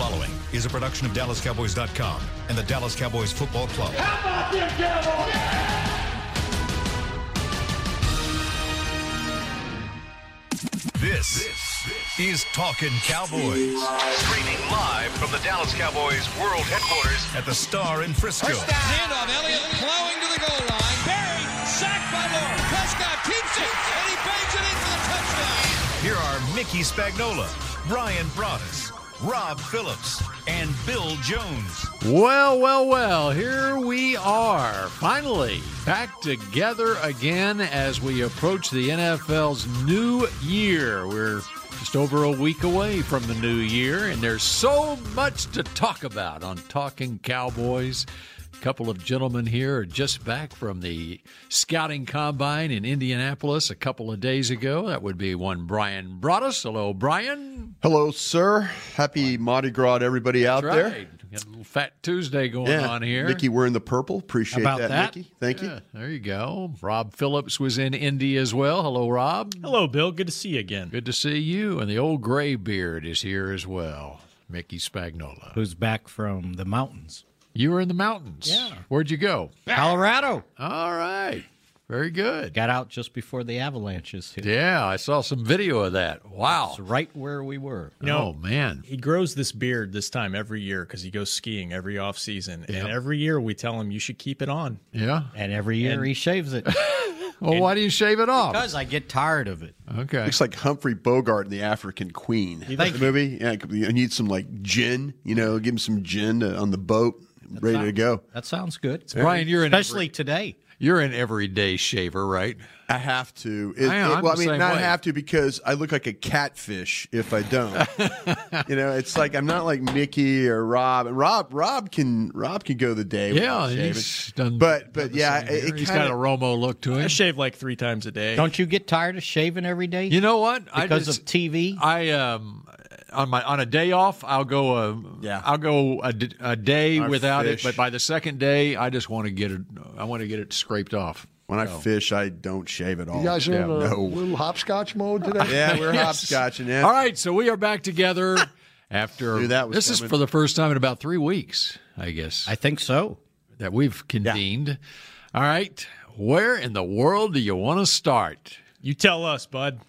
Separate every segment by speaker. Speaker 1: following is a production of DallasCowboys.com and the Dallas Cowboys Football Club.
Speaker 2: How about them Cowboys?
Speaker 1: This is Talking Cowboys. Streaming live from the Dallas Cowboys World Headquarters at the Star in Frisco.
Speaker 3: Handoff, Elliott plowing to the goal line. Buried, sacked by Moore. Prescott keeps it, and he bangs it in for the touchdown.
Speaker 1: Here are Mickey Spagnola, Brian Broaddus, Rob Phillips, and Bill Jones.
Speaker 4: Well, well, well, here we are, finally back together again as we approach the NFL's new year. We're just over a week away from the new year, and there's so much to talk about on Talking Cowboys. A couple of gentlemen here are just back from the scouting combine in Indianapolis a couple of days ago. That would be one Brian Broaddus. Hello, Brian.
Speaker 5: Hello, sir. Happy Mardi Gras to everybody out there.
Speaker 4: Right. Got a little Fat Tuesday going on here.
Speaker 5: Mickey wearing the purple. Appreciate
Speaker 4: about
Speaker 5: that,
Speaker 4: that.
Speaker 5: Mickey. Thank
Speaker 4: Yeah,
Speaker 5: you.
Speaker 4: There you go. Rob Phillips was in Indy as well. Hello, Rob.
Speaker 6: Hello, Bill. Good to see you again.
Speaker 4: Good to see you. And the old graybeard is here as well. Mickey Spagnola.
Speaker 7: who's back from the mountains.
Speaker 4: You were in the mountains. Yeah. Where'd you go?
Speaker 7: Colorado
Speaker 4: All right. Very good.
Speaker 7: got out just before the avalanches hit.
Speaker 4: Yeah, I saw some video of that. Wow.
Speaker 7: It's right where we were.
Speaker 4: Oh man.
Speaker 6: He grows this beard this time every year because he goes skiing every off season, and every year we tell him you should keep it on.
Speaker 4: Yeah.
Speaker 7: And every year he shaves it
Speaker 4: Well, why do you shave it off?
Speaker 7: because I get tired of it.
Speaker 4: Okay.
Speaker 5: Looks like Humphrey Bogart in The African Queen.
Speaker 7: think-
Speaker 5: the movie? Yeah, I need some like gin, you know, give him some gin to, on the boat, ready to go.
Speaker 7: That sounds good.
Speaker 4: Brian, you're in
Speaker 7: Especially today.
Speaker 4: you're an everyday shaver, right?
Speaker 5: I have to. It,
Speaker 4: I am.
Speaker 5: it-
Speaker 4: I'm
Speaker 5: well, I
Speaker 4: the
Speaker 5: mean,
Speaker 4: same
Speaker 5: not
Speaker 4: way.
Speaker 5: have to because I look like a catfish if I don't. you know, it's like I'm not like Mickey or Rob. And Rob, Rob can Rob can go the day.
Speaker 4: Yeah,
Speaker 5: without shaving.
Speaker 4: he's done.
Speaker 5: But- but, yeah,
Speaker 4: same
Speaker 5: it-
Speaker 4: here.
Speaker 5: it
Speaker 4: he's
Speaker 5: kinda-
Speaker 4: got a Romo look to
Speaker 6: I
Speaker 4: him.
Speaker 6: shave like three times a day.
Speaker 7: Don't you get tired of shaving every day?
Speaker 4: You know what?
Speaker 7: because of TV?
Speaker 4: I um on my on a day off, I'll go a
Speaker 5: Yeah.
Speaker 4: I'll go a, d- a day
Speaker 5: Or
Speaker 4: without
Speaker 5: fish.
Speaker 4: it, but by the second day, I just want to get it. I want to get it scraped off.
Speaker 5: When I fish, I don't shave at all.
Speaker 8: You guys are in a
Speaker 5: No.
Speaker 8: little hopscotch mode today.
Speaker 5: Yeah, we're
Speaker 4: Yes.
Speaker 5: hopscotching. Yeah.
Speaker 4: All right, so we are back together after
Speaker 5: Knew that was
Speaker 4: this is
Speaker 5: coming.
Speaker 4: for the first time in about three weeks, I guess,
Speaker 7: I think so.
Speaker 4: that we've convened. All right, where in the world do you want to start?
Speaker 6: You tell us, bud.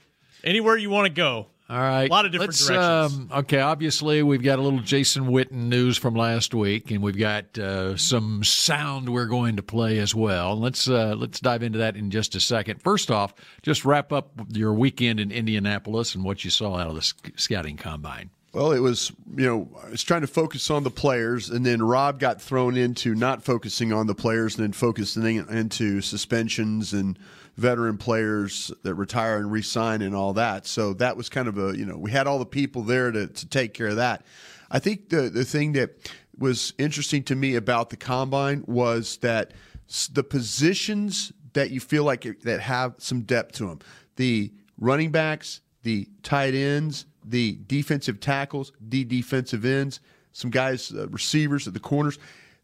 Speaker 6: Anywhere you want to go.
Speaker 4: All right.
Speaker 6: A lot of different
Speaker 4: Let's,
Speaker 6: directions.
Speaker 4: Um, okay, obviously, we've got a little Jason Witten news from last week, and we've got uh, some sound we're going to play as well. Let's uh, let's dive into that in just a second. First off, just wrap up your weekend in Indianapolis and what you saw out of the sc- scouting combine.
Speaker 5: Well, it was, you know, I was trying to focus on the players, and then Rob got thrown into not focusing on the players and then focusing into suspensions and veteran players that retire and resign and all that. So that was kind of a, you know, we had all the people there to, to take care of that. I think the, the thing that was interesting to me about the combine was that s- the positions that you feel like it- that have some depth to them the running backs, the tight ends, the defensive tackles, the defensive ends, some guys, uh, receivers at the corners.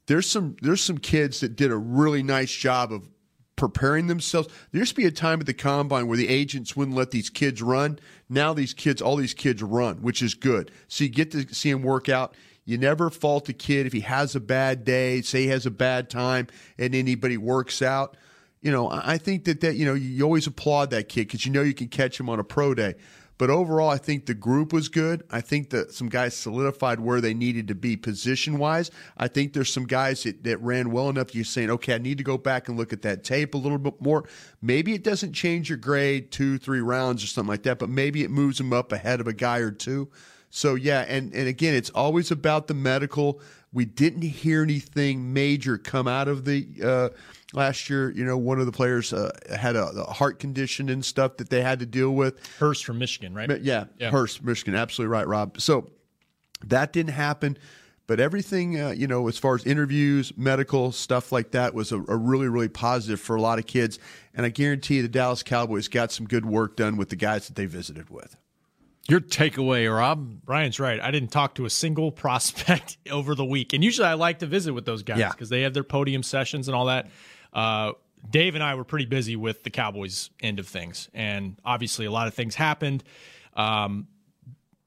Speaker 5: There's some there's some kids that did a really nice job of preparing themselves. There used to be a time at the combine where the agents wouldn't let these kids run. Now these kids, all these kids run, which is good. So you get to see them work out. You never fault a kid if he has a bad day, say he has a bad time, and anybody works out you know, I I think that that you know you always applaud that kid because you know you can catch him on a pro day. But overall, I think the group was good. I think that some guys solidified where they needed to be position wise. I think there's some guys that, that ran well enough. You're saying, okay, I need to go back and look at that tape a little bit more. Maybe it doesn't change your grade two, three rounds or something like that, but maybe it moves them up ahead of a guy or two. So yeah, and and again, it's always about the medical. We didn't hear anything major come out of the uh, last year. You know, one of the players uh, had a, a heart condition and stuff that they had to deal with.
Speaker 6: Hurst from Michigan, right?
Speaker 5: But yeah, Hearst, Michigan, absolutely right, Rob. So that didn't happen. But everything, uh, you know, as far as interviews, medical stuff like that, was a, a really, really positive for a lot of kids. And I guarantee the Dallas Cowboys got some good work done with the guys that they visited with.
Speaker 4: Your takeaway, Rob?
Speaker 6: Brian's right. I didn't talk to a single prospect over the week. And usually I like to visit with those guys
Speaker 5: Yeah.
Speaker 6: because they have their podium sessions and all that. Uh, Dave and I were pretty busy with the Cowboys end of things. And obviously a lot of things happened. Um,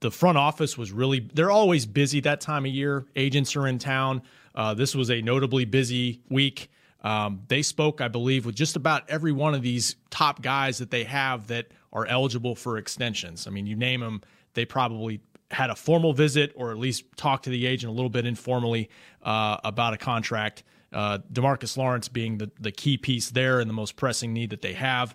Speaker 6: the front office was really they're always busy that time of year agents are in town uh, this was a notably busy week um, they spoke i believe with just about every one of these top guys that they have that are eligible for extensions i mean you name them they probably had a formal visit or at least talked to the agent a little bit informally uh, about a contract uh, demarcus lawrence being the, the key piece there and the most pressing need that they have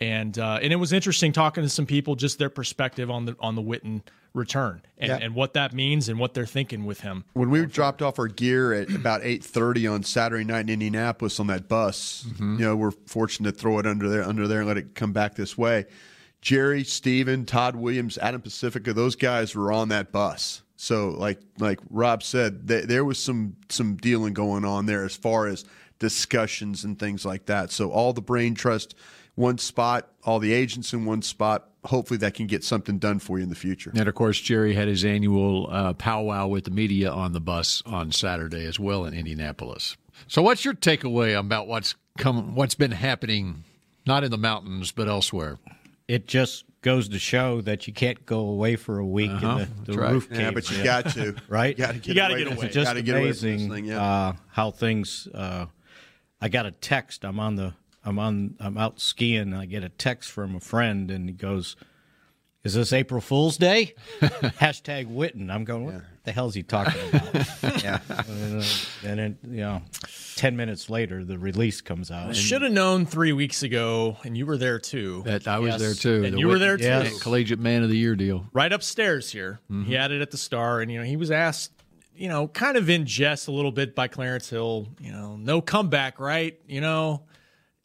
Speaker 6: and uh, and it was interesting talking to some people, just their perspective on the on the Witten return and, and what that means and what they're thinking with him.
Speaker 5: When we dropped off our gear at about eight thirty on Saturday night in Indianapolis on that bus, you know, we're fortunate to throw it under there, under there, and let it come back this way. Jerry, Steven, Todd Williams, Adam Pacifica, those guys were on that bus. So, like like Rob said, th- there was some some dealing going on there as far as discussions and things like that. So, all the brain trust one spot, all the agents in one spot. Hopefully, that can get something done for you in the future.
Speaker 4: And of course, Jerry had his annual uh, powwow with the media on the bus on Saturday as well in Indianapolis. So, what's your takeaway about what's come, what's been happening, not in the mountains but elsewhere?
Speaker 7: It just goes to show that you can't go away for a week and the, the
Speaker 4: Uh-huh. right.
Speaker 7: roof
Speaker 5: Yeah,
Speaker 7: caves
Speaker 5: but you
Speaker 7: in.
Speaker 5: got to
Speaker 7: Right?
Speaker 5: You got to get
Speaker 6: You gotta
Speaker 5: away.
Speaker 6: get away.
Speaker 5: You
Speaker 7: just
Speaker 5: gotta get away from
Speaker 7: amazing
Speaker 5: this thing, yeah.
Speaker 7: uh, how things. Uh, I got a text. I'm on the. I'm on. I'm out skiing. And I get a text from a friend, and he goes, "Is this April Fool's Day?" Hashtag Witten. I'm going. What the hell's he talking about? yeah. And then you know, ten minutes later, the release comes out.
Speaker 6: Should have known three weeks ago, and you were there too.
Speaker 4: That I was
Speaker 7: Yes.
Speaker 4: there too.
Speaker 6: And
Speaker 4: The
Speaker 6: you were there
Speaker 4: Witten-
Speaker 6: too.
Speaker 7: Yes.
Speaker 4: Collegiate Man of the Year deal.
Speaker 6: right upstairs here.
Speaker 4: Mm-hmm.
Speaker 6: He had it at the Star, and you know he was asked, you know, kind of in jest a little bit by Clarence Hill, you know, no comeback, right? You know,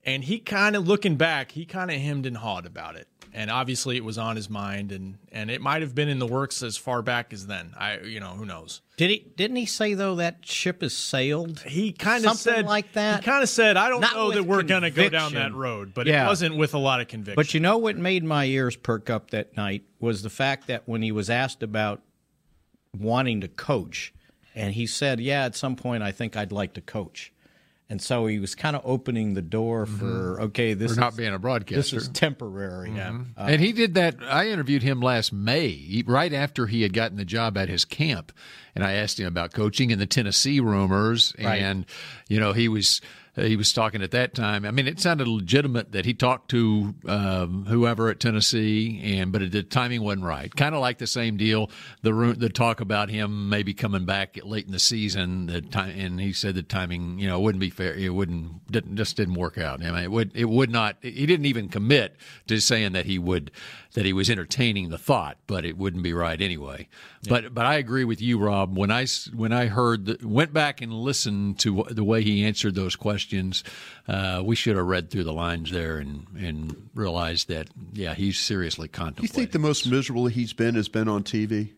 Speaker 6: and he kind of looking back, he kind of hemmed and hawed about it, and obviously it was on his mind, and and it might have been in the works as far back as then. I, you know, who knows?
Speaker 7: Did he? Didn't he say though that ship has sailed?
Speaker 6: He kind of
Speaker 7: Something
Speaker 6: said
Speaker 7: like that.
Speaker 6: He kind of said, I don't
Speaker 7: Not
Speaker 6: know that
Speaker 7: with
Speaker 6: we're going to go down
Speaker 7: conviction.
Speaker 6: that road, but
Speaker 7: Yeah.
Speaker 6: it wasn't with a lot of conviction.
Speaker 7: But you know what made my ears perk up that night was the fact that when he was asked about wanting to coach, and he said, "Yeah, at some point, I think I'd like to coach." And so he was kind of opening the door
Speaker 5: Mm-hmm.
Speaker 7: for, okay, this
Speaker 4: For
Speaker 7: is,
Speaker 4: not being a
Speaker 7: this
Speaker 4: broadcaster.
Speaker 7: is temporary. Uh,
Speaker 4: and he did that. I interviewed him last May, he- right after he had gotten the job at his camp, and I asked him about coaching and the Tennessee rumors. And you know, he was he was talking at that time. I mean, it sounded legitimate that he talked to um, whoever at Tennessee, and but it, the timing wasn't right. Kind of like the same deal. The ru- the talk about him maybe coming back late in the season. The time, and he said the timing, you know, wouldn't be fair. It wouldn't didn't, just didn't work out. I mean, it would it would not. He didn't even commit to saying that he would that he was entertaining the thought, but it wouldn't be right anyway. But but I agree with you, Rob. When I s- when I heard the, went back and listened to wh- the way he answered those questions, uh, we should have read through the lines there and and realized that yeah, he's seriously
Speaker 5: you
Speaker 4: contemplating.
Speaker 5: think the most miserable he's been has been on TV,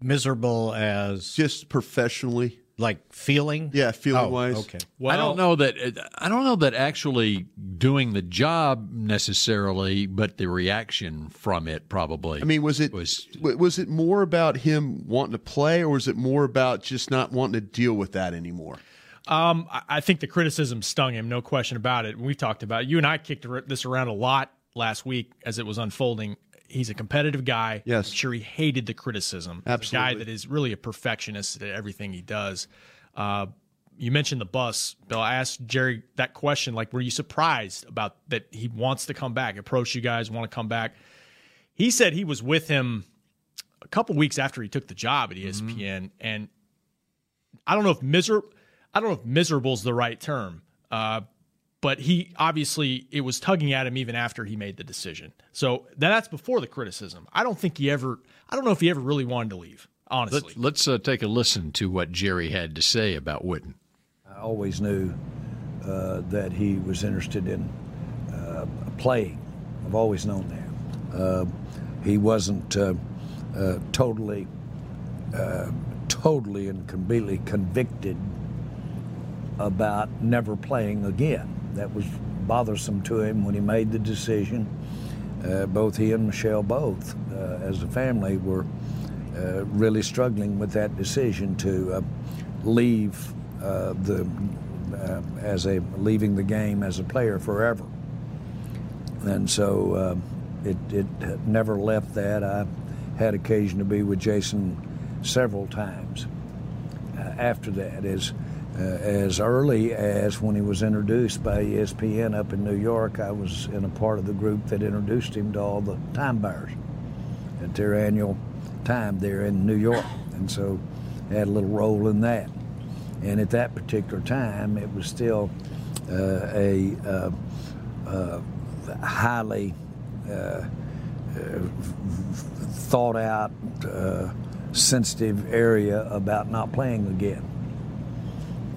Speaker 7: Miserable as
Speaker 5: just professionally?
Speaker 7: like feeling.
Speaker 5: Yeah, feeling
Speaker 7: Oh,
Speaker 5: wise.
Speaker 7: Okay.
Speaker 6: well,
Speaker 4: I don't know that uh, I don't know that actually doing the job necessarily, but the reaction from it probably.
Speaker 5: I mean, was it
Speaker 4: Was-
Speaker 5: was, was it more about him wanting to play, or was it more about just not wanting to deal with that anymore?
Speaker 6: Um, I- I think the criticism stung him, no question about it. We've talked about it. you and I kicked ar- this around a lot last week as it was unfolding. He's a competitive guy.
Speaker 5: Yes.
Speaker 6: I'm sure he hated the criticism. He's a guy
Speaker 5: Absolutely.
Speaker 6: that is really a perfectionist at everything he does. Uh, you mentioned the bus, Bill. I asked Jerry that question, like, were you surprised about that he wants to come back? Approach you guys, want to come back? He said he was with him a couple weeks after he took the job at E ESPN, and I don't know if miser I don't know if miserable's the right term. Uh, but he obviously it was tugging at him even after he made the decision. So that's before the criticism. I don't think he ever I don't know if he ever really wanted to leave, honestly.
Speaker 4: Let, let's uh, take a listen to what Jerry had to say about Witten.
Speaker 2: I always knew uh, that he was interested in uh, playing. I've always known that. Uh, he wasn't uh, uh, totally, uh, totally and completely convicted about never playing again. That was bothersome to him when he made the decision. Uh, both he and Michelle, both uh, as a family, were uh, really struggling with that decision to uh, leave uh, the uh, as a leaving the game as a player forever. And so uh, it, it never left that. I had occasion to be with Jason several times uh, after that, as uh, as early as when he was introduced by E ESPN up in New York. I was in a part of the group that introduced him to all the time buyers at their annual time there in New York, and so had a little role in that. And at that particular time, it was still uh, a uh, uh, highly uh, thought out, uh, sensitive area about not playing again.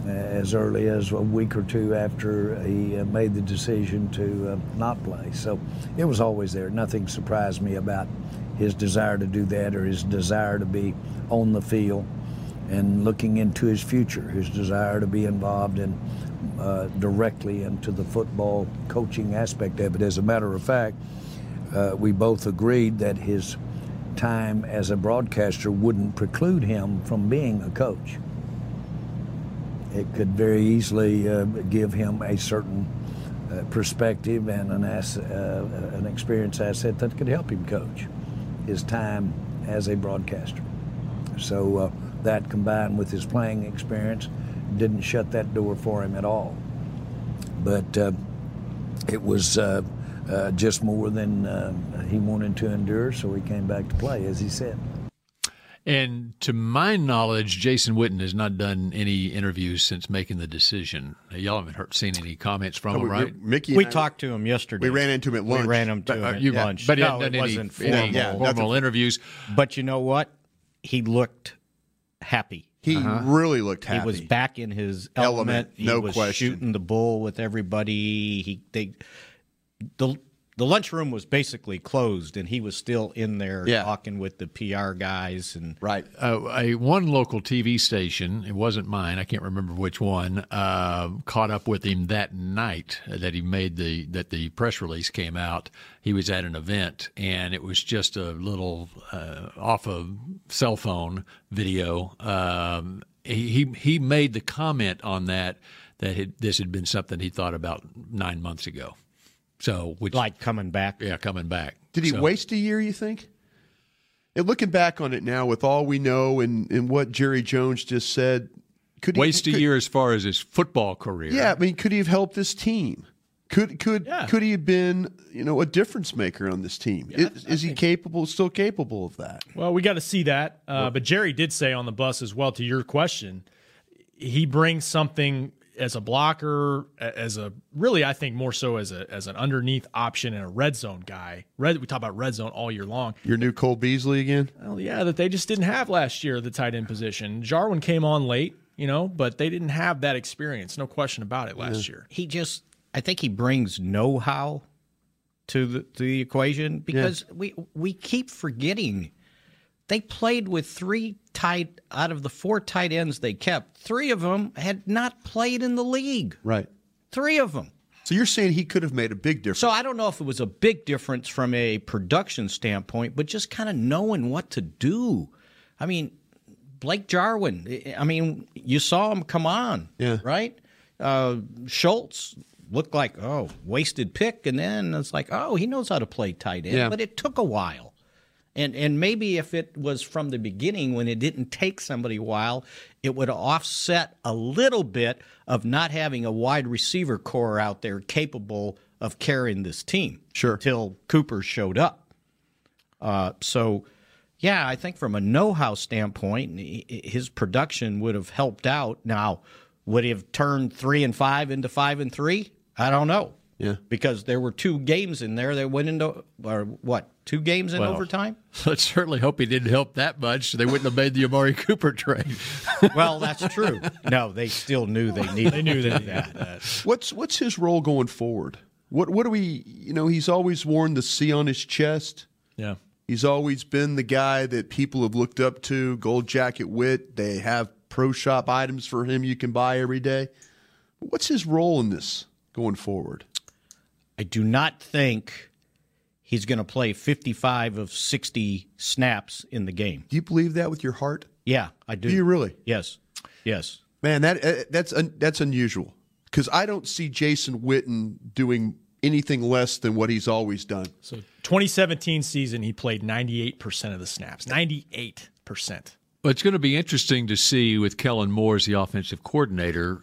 Speaker 2: As early as a week or two after he uh, made the decision to uh, not play. So it was always there. Nothing surprised me about his desire to do that or his desire to be on the field and looking into his future, his desire to be involved in uh, directly into the football coaching aspect of it. As a matter of fact, uh, we both agreed that his time as a broadcaster wouldn't preclude him from being a coach. It could very easily uh, give him a certain uh, perspective and an, ass, uh, an experience asset that could help him coach his time as a broadcaster. So uh, that combined with his playing experience didn't shut that door for him at all. But uh, it was uh, uh, just more than uh, he wanted to endure, so he came back to play, as he said.
Speaker 4: And to my knowledge, Jason Witten has not done any interviews since making the decision. Y'all haven't heard, seen any comments from him,
Speaker 5: Oh, We-
Speaker 4: right?
Speaker 5: Mickey.
Speaker 7: Oh, We
Speaker 5: and I-
Speaker 7: talked to him yesterday.
Speaker 5: We ran into him at lunch.
Speaker 7: We ran into
Speaker 5: But,
Speaker 7: him
Speaker 5: uh,
Speaker 7: at
Speaker 5: you-
Speaker 7: lunch.
Speaker 4: But he
Speaker 7: no,
Speaker 4: hasn't
Speaker 7: it
Speaker 4: done any
Speaker 7: wasn't
Speaker 4: formal,
Speaker 7: formal.
Speaker 5: Yeah, nothing.
Speaker 4: formal interviews.
Speaker 7: But you know what? He looked happy.
Speaker 5: He really looked happy.
Speaker 7: uh-huh. He was back in his
Speaker 5: Element,
Speaker 7: element. He
Speaker 5: no
Speaker 7: was
Speaker 5: question.
Speaker 7: Shooting the bull with everybody. He they the the lunchroom was basically closed, and he was still in there
Speaker 5: Yeah.
Speaker 7: talking with the PR guys and
Speaker 5: Right.
Speaker 4: uh, a one local TV station, it wasn't mine, I can't remember which one, uh, caught up with him that night that he made the that the press release came out. He was at an event, and it was just a little uh, off a cell phone video. Um, he he- he made the comment on that that had, this had been something he thought about nine months ago. So, which
Speaker 7: like coming back.
Speaker 4: yeah, coming back.
Speaker 5: Did he
Speaker 4: So-
Speaker 5: waste a year, you think? And looking back on it now, with all we know and, and what Jerry Jones just said, could he,
Speaker 4: waste a
Speaker 5: could-
Speaker 4: year as far as his football career?
Speaker 5: Yeah, I mean, could he have helped this team? Could could could he have been you know a difference maker on this team? is is he capable? Still capable of that?
Speaker 6: Well, we got to see that. Uh, but Jerry did say on the bus as well to your question, he brings something as a blocker, a- as a really, I think more so as a as an underneath option and a red zone guy. Red, we talk about red zone all year long.
Speaker 5: Your new Cole Beasley again?
Speaker 6: Well, yeah, that they just didn't have last year the tight end position. Jarwin came on late, you know, but they didn't have that experience. No question about it last year.
Speaker 7: he just I think he brings know-how to the to the equation because we we keep forgetting they played with three tight out of the four tight ends they kept. Three of them had not played in the league.
Speaker 5: Right.
Speaker 7: Three of them.
Speaker 5: So you're saying he could have made a big difference?
Speaker 7: So I don't know if it was a big difference from a production standpoint, but just kind of knowing what to do. I mean, Blake Jarwin. I- I mean, you saw him come on,
Speaker 5: Yeah.
Speaker 7: right? Uh, Schultz looked like oh wasted pick, and then it's like oh he knows how to play tight end,
Speaker 5: Yeah.
Speaker 7: but it took a while. And and maybe if it was from the beginning when it didn't take somebody a while, it would offset a little bit of not having a wide receiver core out there capable of carrying this team.
Speaker 5: Sure.
Speaker 7: Till Cooper showed up. Uh, so, yeah, I think from a know-how standpoint, h- h- his production would have helped out. Now, would he have turned three and five into five and three? I don't know.
Speaker 5: Yeah.
Speaker 7: Because there were two games in there that went into or what? Two games in overtime?
Speaker 4: Let's certainly hope he didn't help that much. They wouldn't have made the Amari Cooper trade.
Speaker 7: Well, that's true. no, they still knew they needed.
Speaker 6: They knew they needed that.
Speaker 5: What's what's his role going forward? What what do we you know, he's always worn the C on his chest.
Speaker 6: Yeah.
Speaker 5: He's always been the guy that people have looked up to, gold jacket wit. They have pro shop items for him you can buy every day. What's his role in this going forward?
Speaker 7: I do not think he's going to play 55 of 60 snaps in the game.
Speaker 5: Do you believe that with your heart?
Speaker 7: Yeah, I do.
Speaker 5: Do you really?
Speaker 7: Yes. Yes.
Speaker 5: Man, that uh, that's un, that's unusual because I don't see Jason Witten doing anything less than what he's always done.
Speaker 6: So 2017 season, he played 98% of the snaps. 98%.
Speaker 4: Well, it's going to be interesting to see with Kellen Moore as the offensive coordinator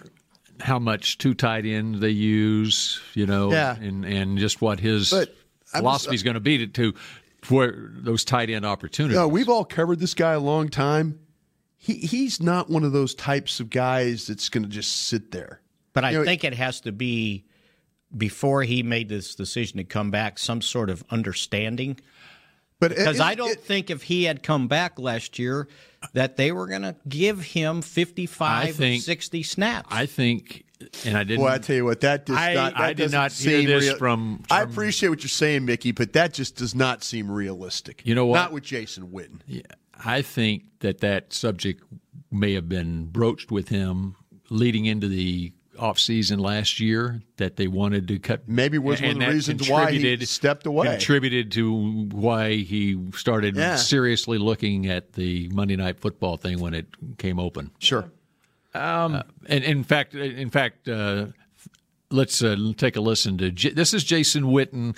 Speaker 4: how much two tight end they use, you know,
Speaker 5: Yeah.
Speaker 4: and, and just what his
Speaker 5: But I'm
Speaker 4: philosophy is going to be to, to where those tight end opportunities.
Speaker 5: No, we've all covered this guy a long time. He he's not one of those types of guys that's going to just sit there.
Speaker 7: But I
Speaker 5: You know,
Speaker 7: think it has to be before he made this decision to come back, some sort of understanding.
Speaker 5: But
Speaker 7: Because
Speaker 5: it-
Speaker 7: I don't
Speaker 5: it-
Speaker 7: think if he had come back last year that they were going to give him 55,
Speaker 4: I think-
Speaker 7: 60 snaps.
Speaker 4: I think, and I didn't.
Speaker 5: Boy, I tell you what, that does
Speaker 4: I-
Speaker 5: not. that
Speaker 4: I did
Speaker 5: doesn't
Speaker 4: not hear
Speaker 5: seem
Speaker 4: this from-
Speaker 5: I
Speaker 4: from-
Speaker 5: appreciate what you're saying, Mickey, but that just does not seem realistic.
Speaker 4: You know what?
Speaker 5: Not with Jason Witten.
Speaker 4: I think that that subject may have been broached with him leading into the offseason last year that they wanted to cut.
Speaker 5: Maybe was one of
Speaker 4: and
Speaker 5: the
Speaker 4: that
Speaker 5: reasons why he
Speaker 4: contributed-
Speaker 5: stepped away.
Speaker 4: Contributed to why he started
Speaker 5: Yeah.
Speaker 4: seriously looking at the Monday Night Football thing when it came open. Uh,
Speaker 5: Sure.
Speaker 4: And in fact, in fact, uh, let's uh, take a listen to J- this is Jason Witten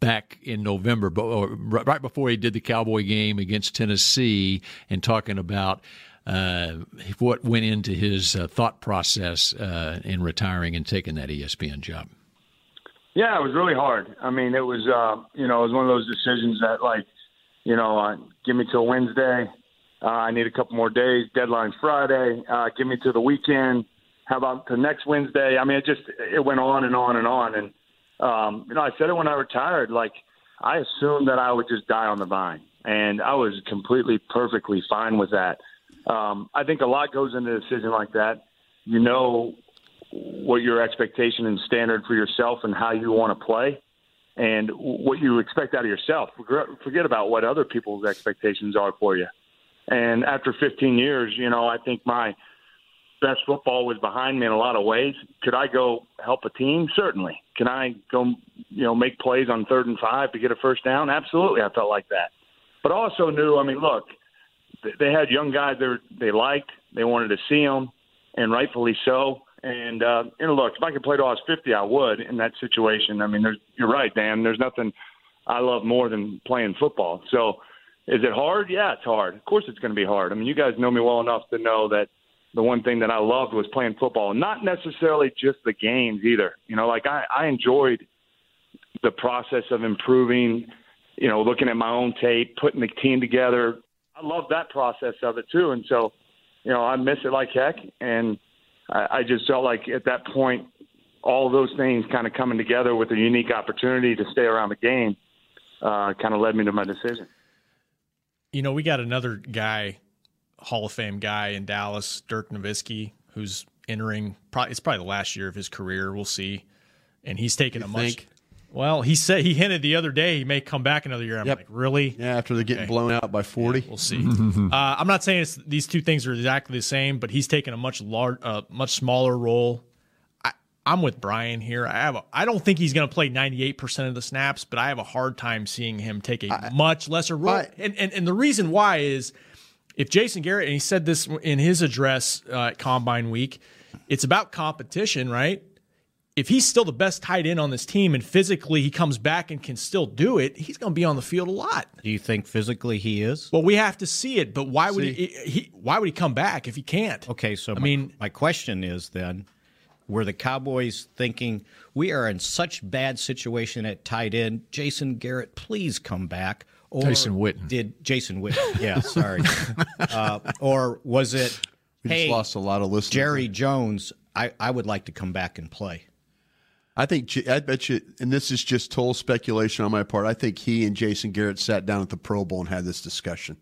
Speaker 4: back in November, but or ri- right before he did the Cowboy game against Tennessee, and talking about uh, what went into his uh, thought process uh, in retiring and taking that E ESPN job.
Speaker 9: Yeah, it was really hard. I mean, it was uh, you know it was one of those decisions that like you know uh, give me till Wednesday. Uh, I need a couple more days. Deadline's Friday. Uh, give me till the weekend. How about to next Wednesday? I mean, it just it went on and on and on. And um, you know, I said it when I retired. Like I assumed that I would just die on the vine, and I was completely perfectly fine with that. Um, I think a lot goes into a decision like that. You know what your expectation and standard for yourself and how you want to play and what you expect out of yourself. Forget- Forget about what other people's expectations are for you. And after 15 years, you know, I think my best football was behind me in a lot of ways. Could I go help a team? Certainly. Can I go, you know, make plays on third and five to get a first down? Absolutely. I felt like that. But also knew, I mean, look, th- they had young guys they, were, they liked, they wanted to see them, and rightfully so. And uh, and look, if I could play till I was fifty, I would in that situation. I mean, there's, you're right, Dan. There's nothing I love more than playing football. So, is it hard? Yeah, it's hard. Of course, it's going to be hard. I mean, you guys know me well enough to know that the one thing that I loved was playing football, not necessarily just the games either. You know, like I, I enjoyed the process of improving, you know, looking at my own tape, putting the team together. I love that process of it too. And so, you know, I miss it like heck. And I, I just felt like at that point, all those things kind of coming together with a unique opportunity to stay around the game uh, kind of led me to my decision.
Speaker 6: You know, we got another guy, Hall of Fame guy in Dallas, Dirk Nowitzki, who's entering. Probably, it's probably the last year of his career. We'll see. And he's taking a much.
Speaker 5: think?
Speaker 6: Well, he said he hinted the other day he may come back another year. I'm
Speaker 5: Yep.
Speaker 6: like, really?
Speaker 5: Yeah, after they're getting blown out by 40.
Speaker 6: We'll see. uh, I'm not saying it's, these two things are exactly the same, but he's taken a much large, uh, much smaller role. I, I'm with Brian here. I have, a, I don't think he's going to play 98 percent of the snaps, but I have a hard time seeing him take a much lesser role.
Speaker 5: But-
Speaker 6: and, and and the reason why is if Jason Garrett and he said this in his address uh, at Combine Week, it's about competition, right? if he's still the best tight end on this team and physically he comes back and can still do it, he's going to be on the field a lot.
Speaker 7: Do you think physically he is?
Speaker 6: Well, we have to see it, but why would he, he? Why would he come back if he can't?
Speaker 7: Okay, so my,
Speaker 6: I mean,
Speaker 7: my question is then: Were the Cowboys thinking we are in such bad situation at tight end? Jason Garrett, please come back. Or
Speaker 4: Jason Witten.
Speaker 7: did Jason Witten? Yeah, sorry. uh, or was it?
Speaker 5: We
Speaker 7: hey,
Speaker 5: just lost a lot of listeners.
Speaker 7: Jerry Jones, I, I would like to come back and play.
Speaker 5: I think J- I bet you, and this is just total speculation on my part. I think he and Jason Garrett sat down at the Pro Bowl and had this discussion.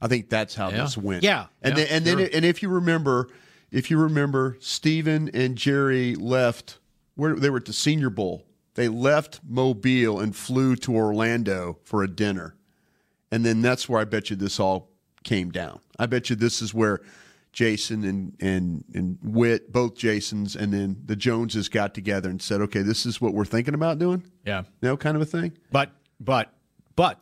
Speaker 5: I think that's how this went.
Speaker 7: Yeah.
Speaker 5: and then, and then and if you remember, if you remember, Steven and Jerry left. Where they were at the Senior Bowl, they left Mobile and flew to Orlando for a dinner, and then that's where I bet you this all came down. I bet you this is where Jason and and and Witt, both Jasons, and then the Joneses got together and said, "Okay, this is what we're thinking about doing."
Speaker 6: yeah,
Speaker 5: You know, kind of a thing.
Speaker 7: But but but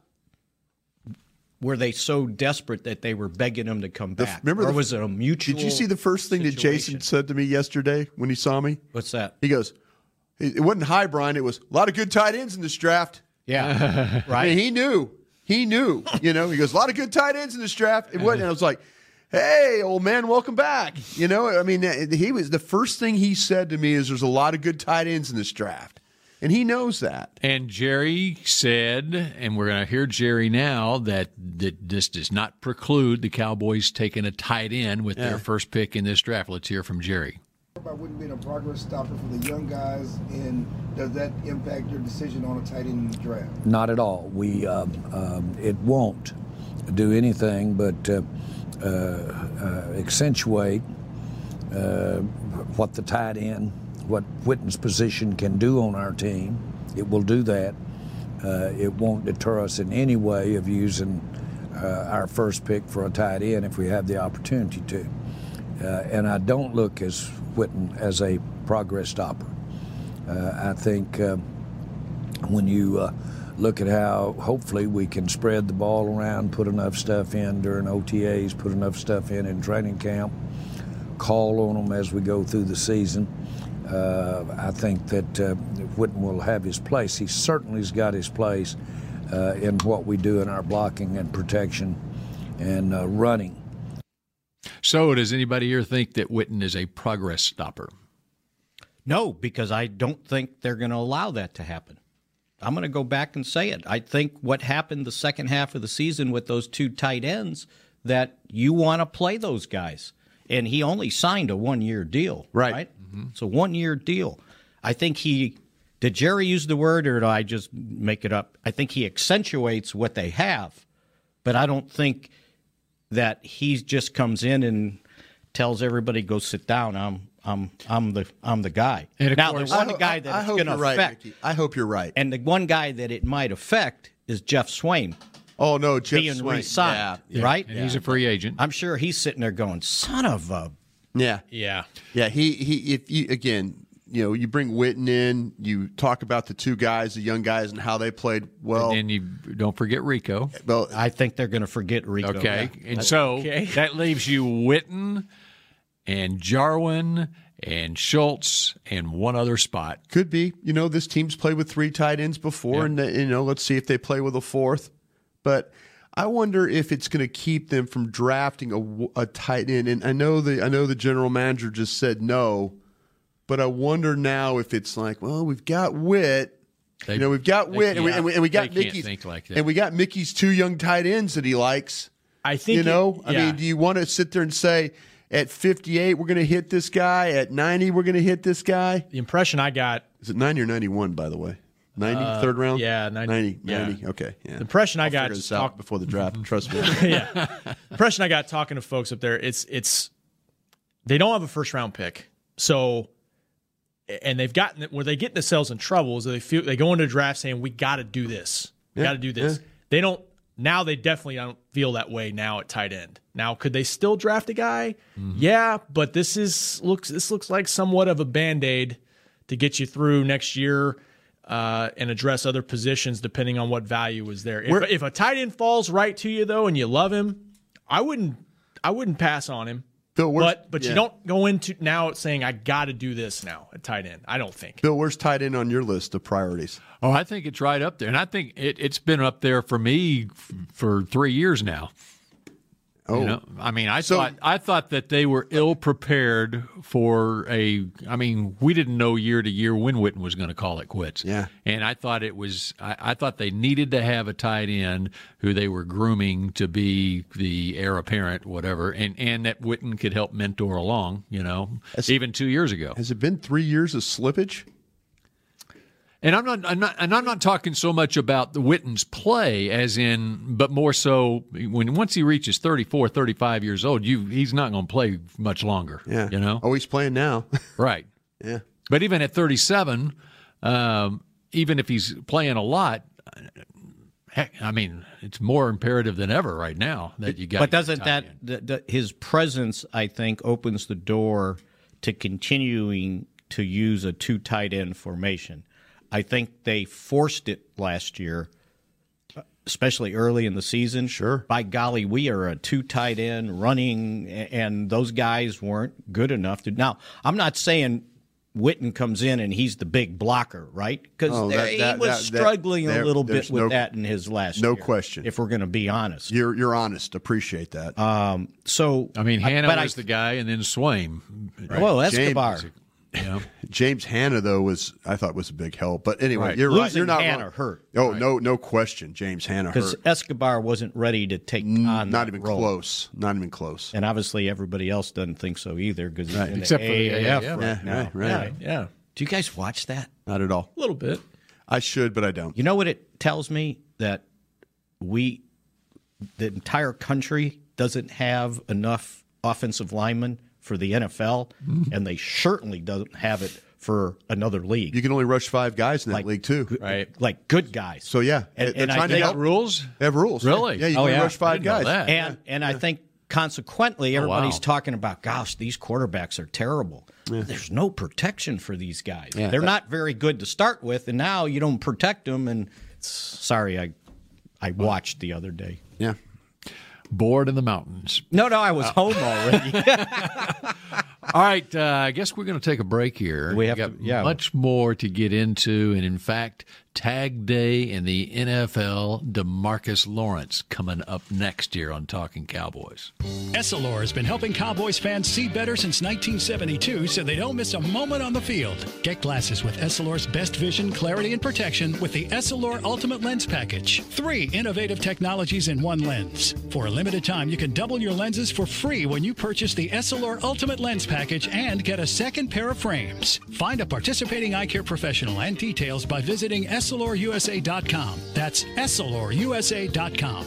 Speaker 7: were they so desperate that they were begging him to come
Speaker 5: The-
Speaker 7: back?
Speaker 5: remember
Speaker 7: or
Speaker 5: the-
Speaker 7: was it a mutual?
Speaker 5: Did you see the first thing that Jason
Speaker 7: situation?
Speaker 5: said to me yesterday when he saw me?
Speaker 7: What's that?
Speaker 5: He goes, it, it wasn't high, Brian. It was a lot of good tight ends in this draft.
Speaker 7: Yeah, right.
Speaker 5: And he knew. He knew. You know, he goes, a lot of good tight ends in this draft. It wasn't. And I was like, hey, old man, welcome back. You know, I mean, eh, he was the first thing he said to me is there's a lot of good tight ends in this draft. And he knows that.
Speaker 4: And Jerry said, and we're going to hear Jerry now, that, that this does not preclude the Cowboys taking a tight end with their first pick in this draft. Let's hear from Jerry.
Speaker 10: About wouldn't be a progress stopper for the young guys, and does that impact your decision on a tight end in the draft?
Speaker 2: Not at all. We um, um, it won't do anything but uh, uh, uh, accentuate uh, what the tight end, what Whitten's position can do on our team. It will do that. Uh, it won't deter us in any way of using uh, our first pick for a tight end if we have the opportunity to. Uh, and I don't look as Whitten as a progress stopper. Uh, I think. Uh, when you uh, look at how hopefully we can spread the ball around, put enough stuff in during OTAs, put enough stuff in in training camp, call on them as we go through the season. Uh, I think that uh, Whitten will have his place. He certainly's got his place uh, in what we do in our blocking and protection and uh, running.
Speaker 4: So, does anybody here think that Witten is a progress stopper?
Speaker 7: No, because I don't think they're going to allow that to happen. I'm going to go back and say it. I think what happened the second half of the season with those two tight ends that you want to play those guys. And he only signed a one year deal.
Speaker 5: Right. Mm-hmm.
Speaker 7: It's a one year deal. I think he did Jerry use the word or did I just make it up? I think he accentuates what they have, but I don't think that he just comes in and tells everybody go sit down. I'm I'm I'm the I'm the guy.
Speaker 4: And of
Speaker 7: now
Speaker 4: course-
Speaker 7: the one guy that it's going to
Speaker 5: you're right,
Speaker 7: affect,
Speaker 5: Mickey. I hope you're right.
Speaker 7: and the one guy that it might affect is Jeff Swain
Speaker 5: oh no, Jeff
Speaker 7: being
Speaker 5: Swain.
Speaker 7: re-signed, right?
Speaker 4: And he's a free agent.
Speaker 7: I'm sure he's sitting there going, "Son of a."
Speaker 5: Yeah. yeah.
Speaker 6: Yeah.
Speaker 5: Yeah, he he. If you again, you know, you bring Witten in, you talk about the two guys, the young guys, and how they played well.
Speaker 4: and you don't forget Rico.
Speaker 5: well,
Speaker 7: I think they're going to forget Rico.
Speaker 4: Okay. And so that leaves you Witten and Jarwin and Schultz and one other spot.
Speaker 5: could be. You know, this team's played with three tight ends before, and uh, you know, let's see if they play with a fourth. But I wonder if it's going to keep them from drafting a, w- a tight end. And I know the I know the general manager just said no, but I wonder now if it's like, well, we've got Witt.
Speaker 4: They-
Speaker 5: you know, we've got
Speaker 4: they
Speaker 5: Witt, and we,
Speaker 4: can't-
Speaker 5: and we, and we got
Speaker 4: they can't
Speaker 5: Mickey's,
Speaker 4: think like that.
Speaker 5: and we got Mickey's two young tight ends that he likes.
Speaker 6: I think
Speaker 5: you
Speaker 6: it-
Speaker 5: know, I
Speaker 6: yeah.
Speaker 5: mean, do you want to sit there and say at 58 we're going to hit this guy, at 90 we're going to hit this guy?
Speaker 6: the impression I got
Speaker 5: Is it 90 or 91 by the way? 90 third round?
Speaker 6: yeah, 90,
Speaker 5: 90,
Speaker 6: yeah.
Speaker 5: 90, Okay, yeah.
Speaker 6: the impression I got
Speaker 5: Figure
Speaker 6: just
Speaker 5: this
Speaker 6: talk,
Speaker 5: out before the draft, trust me.
Speaker 6: impression I got talking to folks up there, it's it's they don't have a first round pick, so and they've gotten where they get themselves in trouble is they feel they go into a draft saying we got to do this, we got to do this. They don't now. They definitely don't feel that way now at tight end. Now could they still draft a guy? Yeah, but this is looks this looks like somewhat of a band aid to get you through next year. Uh, and address other positions depending on what value is there. If, if a tight end falls right to you though, and you love him, I wouldn't I wouldn't pass on him.
Speaker 5: Bill, where's-
Speaker 6: but but
Speaker 5: yeah.
Speaker 6: you don't go into now saying I got to do this now at tight end. I don't think.
Speaker 5: Bill, where's tight end on your list of priorities?
Speaker 4: Oh, I think it's right up there. And I think it, it's been up there for me f- for three years now. Oh, I mean, I thought I thought that they were ill prepared for a. I mean, we didn't know year to year when Witten was going to call it quits.
Speaker 5: Yeah.
Speaker 4: and I thought it was. I, I thought they needed to have a tight end who they were grooming to be the heir apparent, whatever, and and that Witten could help mentor along. You know, even two years ago.
Speaker 5: Has it been 3 years of slippage?
Speaker 4: And I'm not, I'm not, and I'm not talking so much about the Witten's play as in, but more so when once he reaches 34, 35 years old, you he's not going to play much longer.
Speaker 5: Yeah.
Speaker 4: you know,
Speaker 5: Oh, he's playing now.
Speaker 4: right.
Speaker 5: yeah.
Speaker 4: But even at 37, um, even if he's playing a lot, heck, I mean, it's more imperative than ever right now that you got.
Speaker 7: But doesn't that th- th- his presence? I think opens the door to continuing to use a two tight end formation. I think they forced it last year, especially early in the season. Sure. By golly, we are a two tight end running, a- and those guys weren't good enough to. Now, I'm not saying Witten comes in and he's the big blocker, right? Because
Speaker 5: Oh, that-
Speaker 7: he
Speaker 5: that-
Speaker 7: was
Speaker 5: that- that-
Speaker 7: struggling
Speaker 5: there-
Speaker 7: a little
Speaker 5: there's
Speaker 7: bit with
Speaker 5: no-
Speaker 7: that in his last.
Speaker 5: no
Speaker 7: year,
Speaker 5: question.
Speaker 7: If we're going to be honest,
Speaker 5: You're you're honest. Appreciate that.
Speaker 7: Um, so
Speaker 4: I mean, Hannah
Speaker 7: but I-
Speaker 4: was the guy, and then Swaim.
Speaker 7: Whoa,
Speaker 5: James-
Speaker 7: Escobar.
Speaker 4: Yeah.
Speaker 5: James Hanna though was I thought was a big help. But anyway,
Speaker 7: Right.
Speaker 5: you're right.
Speaker 7: Losing
Speaker 5: You're not
Speaker 7: Hanna
Speaker 5: wrong.
Speaker 7: hurt.
Speaker 5: Oh no, no question. James Hanna
Speaker 7: because
Speaker 5: hurt. Mm,
Speaker 7: Escobar wasn't ready to take on
Speaker 5: Not
Speaker 7: that
Speaker 5: even
Speaker 7: role.
Speaker 5: close. Not even close.
Speaker 7: and obviously everybody else doesn't think so either because
Speaker 5: Right.
Speaker 4: Except for the
Speaker 7: AAF
Speaker 4: AAF.
Speaker 7: right
Speaker 5: Yeah,
Speaker 7: now.
Speaker 5: right, right.
Speaker 11: Yeah,
Speaker 7: Do you guys watch that?
Speaker 5: Not at all.
Speaker 11: a little bit.
Speaker 5: I should, but I don't.
Speaker 7: You know what it tells me that we, the entire country, doesn't have enough offensive linemen for the NFL,
Speaker 5: Mm-hmm.
Speaker 7: and they certainly don't have it for another league.
Speaker 5: You can only rush five guys in that
Speaker 7: Like-
Speaker 5: league too.
Speaker 11: Right.
Speaker 7: like good guys.
Speaker 5: So yeah,
Speaker 7: And-
Speaker 5: they're
Speaker 7: and I
Speaker 5: trying to
Speaker 7: think-
Speaker 5: help.
Speaker 4: Got rules?
Speaker 5: They have rules.
Speaker 4: Really?
Speaker 5: Yeah, you
Speaker 4: Oh,
Speaker 5: can only
Speaker 4: yeah.
Speaker 5: rush five
Speaker 4: I didn't know
Speaker 5: guys.
Speaker 4: that.
Speaker 7: and and I think consequently
Speaker 5: Oh,
Speaker 4: wow.
Speaker 7: everybody's talking about gosh these quarterbacks are terrible. There's no protection for these guys. They're not very good to start with, and now you don't protect them. And sorry, I I watched the other day.
Speaker 5: Yeah.
Speaker 4: Bored in the mountains.
Speaker 7: No, no, I was
Speaker 5: Oh.
Speaker 7: home already.
Speaker 4: All right, uh, I guess we're going to take a break here.
Speaker 7: We have
Speaker 4: We've got
Speaker 7: to- yeah.
Speaker 4: much more to get into, and in fact, Tag Day in the NFL. Demarcus Lawrence coming up next year on Talking Cowboys.
Speaker 12: Essilor has been helping Cowboys fans see better since 1972 so they don't miss a moment on the field. Get glasses with Essilor's best vision, clarity, and protection with the Essilor Ultimate Lens Package. Three innovative technologies in one lens. For a limited time, you can double your lenses for free when you purchase the Essilor Ultimate Lens Package and get a second pair of frames. Find a participating eye care professional and details by visiting EssilorUSA.com. That's EssilorUSA.com.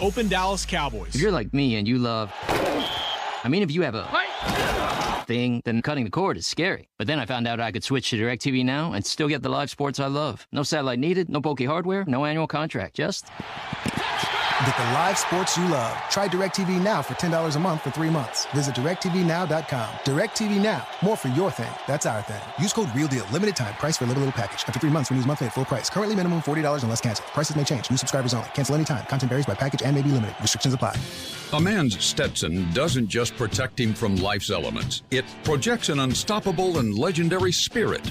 Speaker 6: open Dallas Cowboys.
Speaker 13: If you're like me and you love. I mean, if you have a thing, then cutting the cord is scary. But then I found out I could switch to DirecTV Now and still get the live sports I love. No satellite needed, no bulky hardware, no annual contract, just.
Speaker 14: Get the live sports you love. Try DirecTV Now for $10 a month for three months. Visit DirecTVNow.com. DirecTV Now. More for your thing. That's our thing. Use code REALDEAL. Limited time. Price for little, little package. After three months, renews monthly at full price. Currently minimum $40 unless canceled. Prices may change. New subscribers only. Cancel anytime. Content varies by package and may be limited. Restrictions apply.
Speaker 15: A man's Stetson doesn't just protect him from life's elements, it projects an unstoppable and legendary spirit,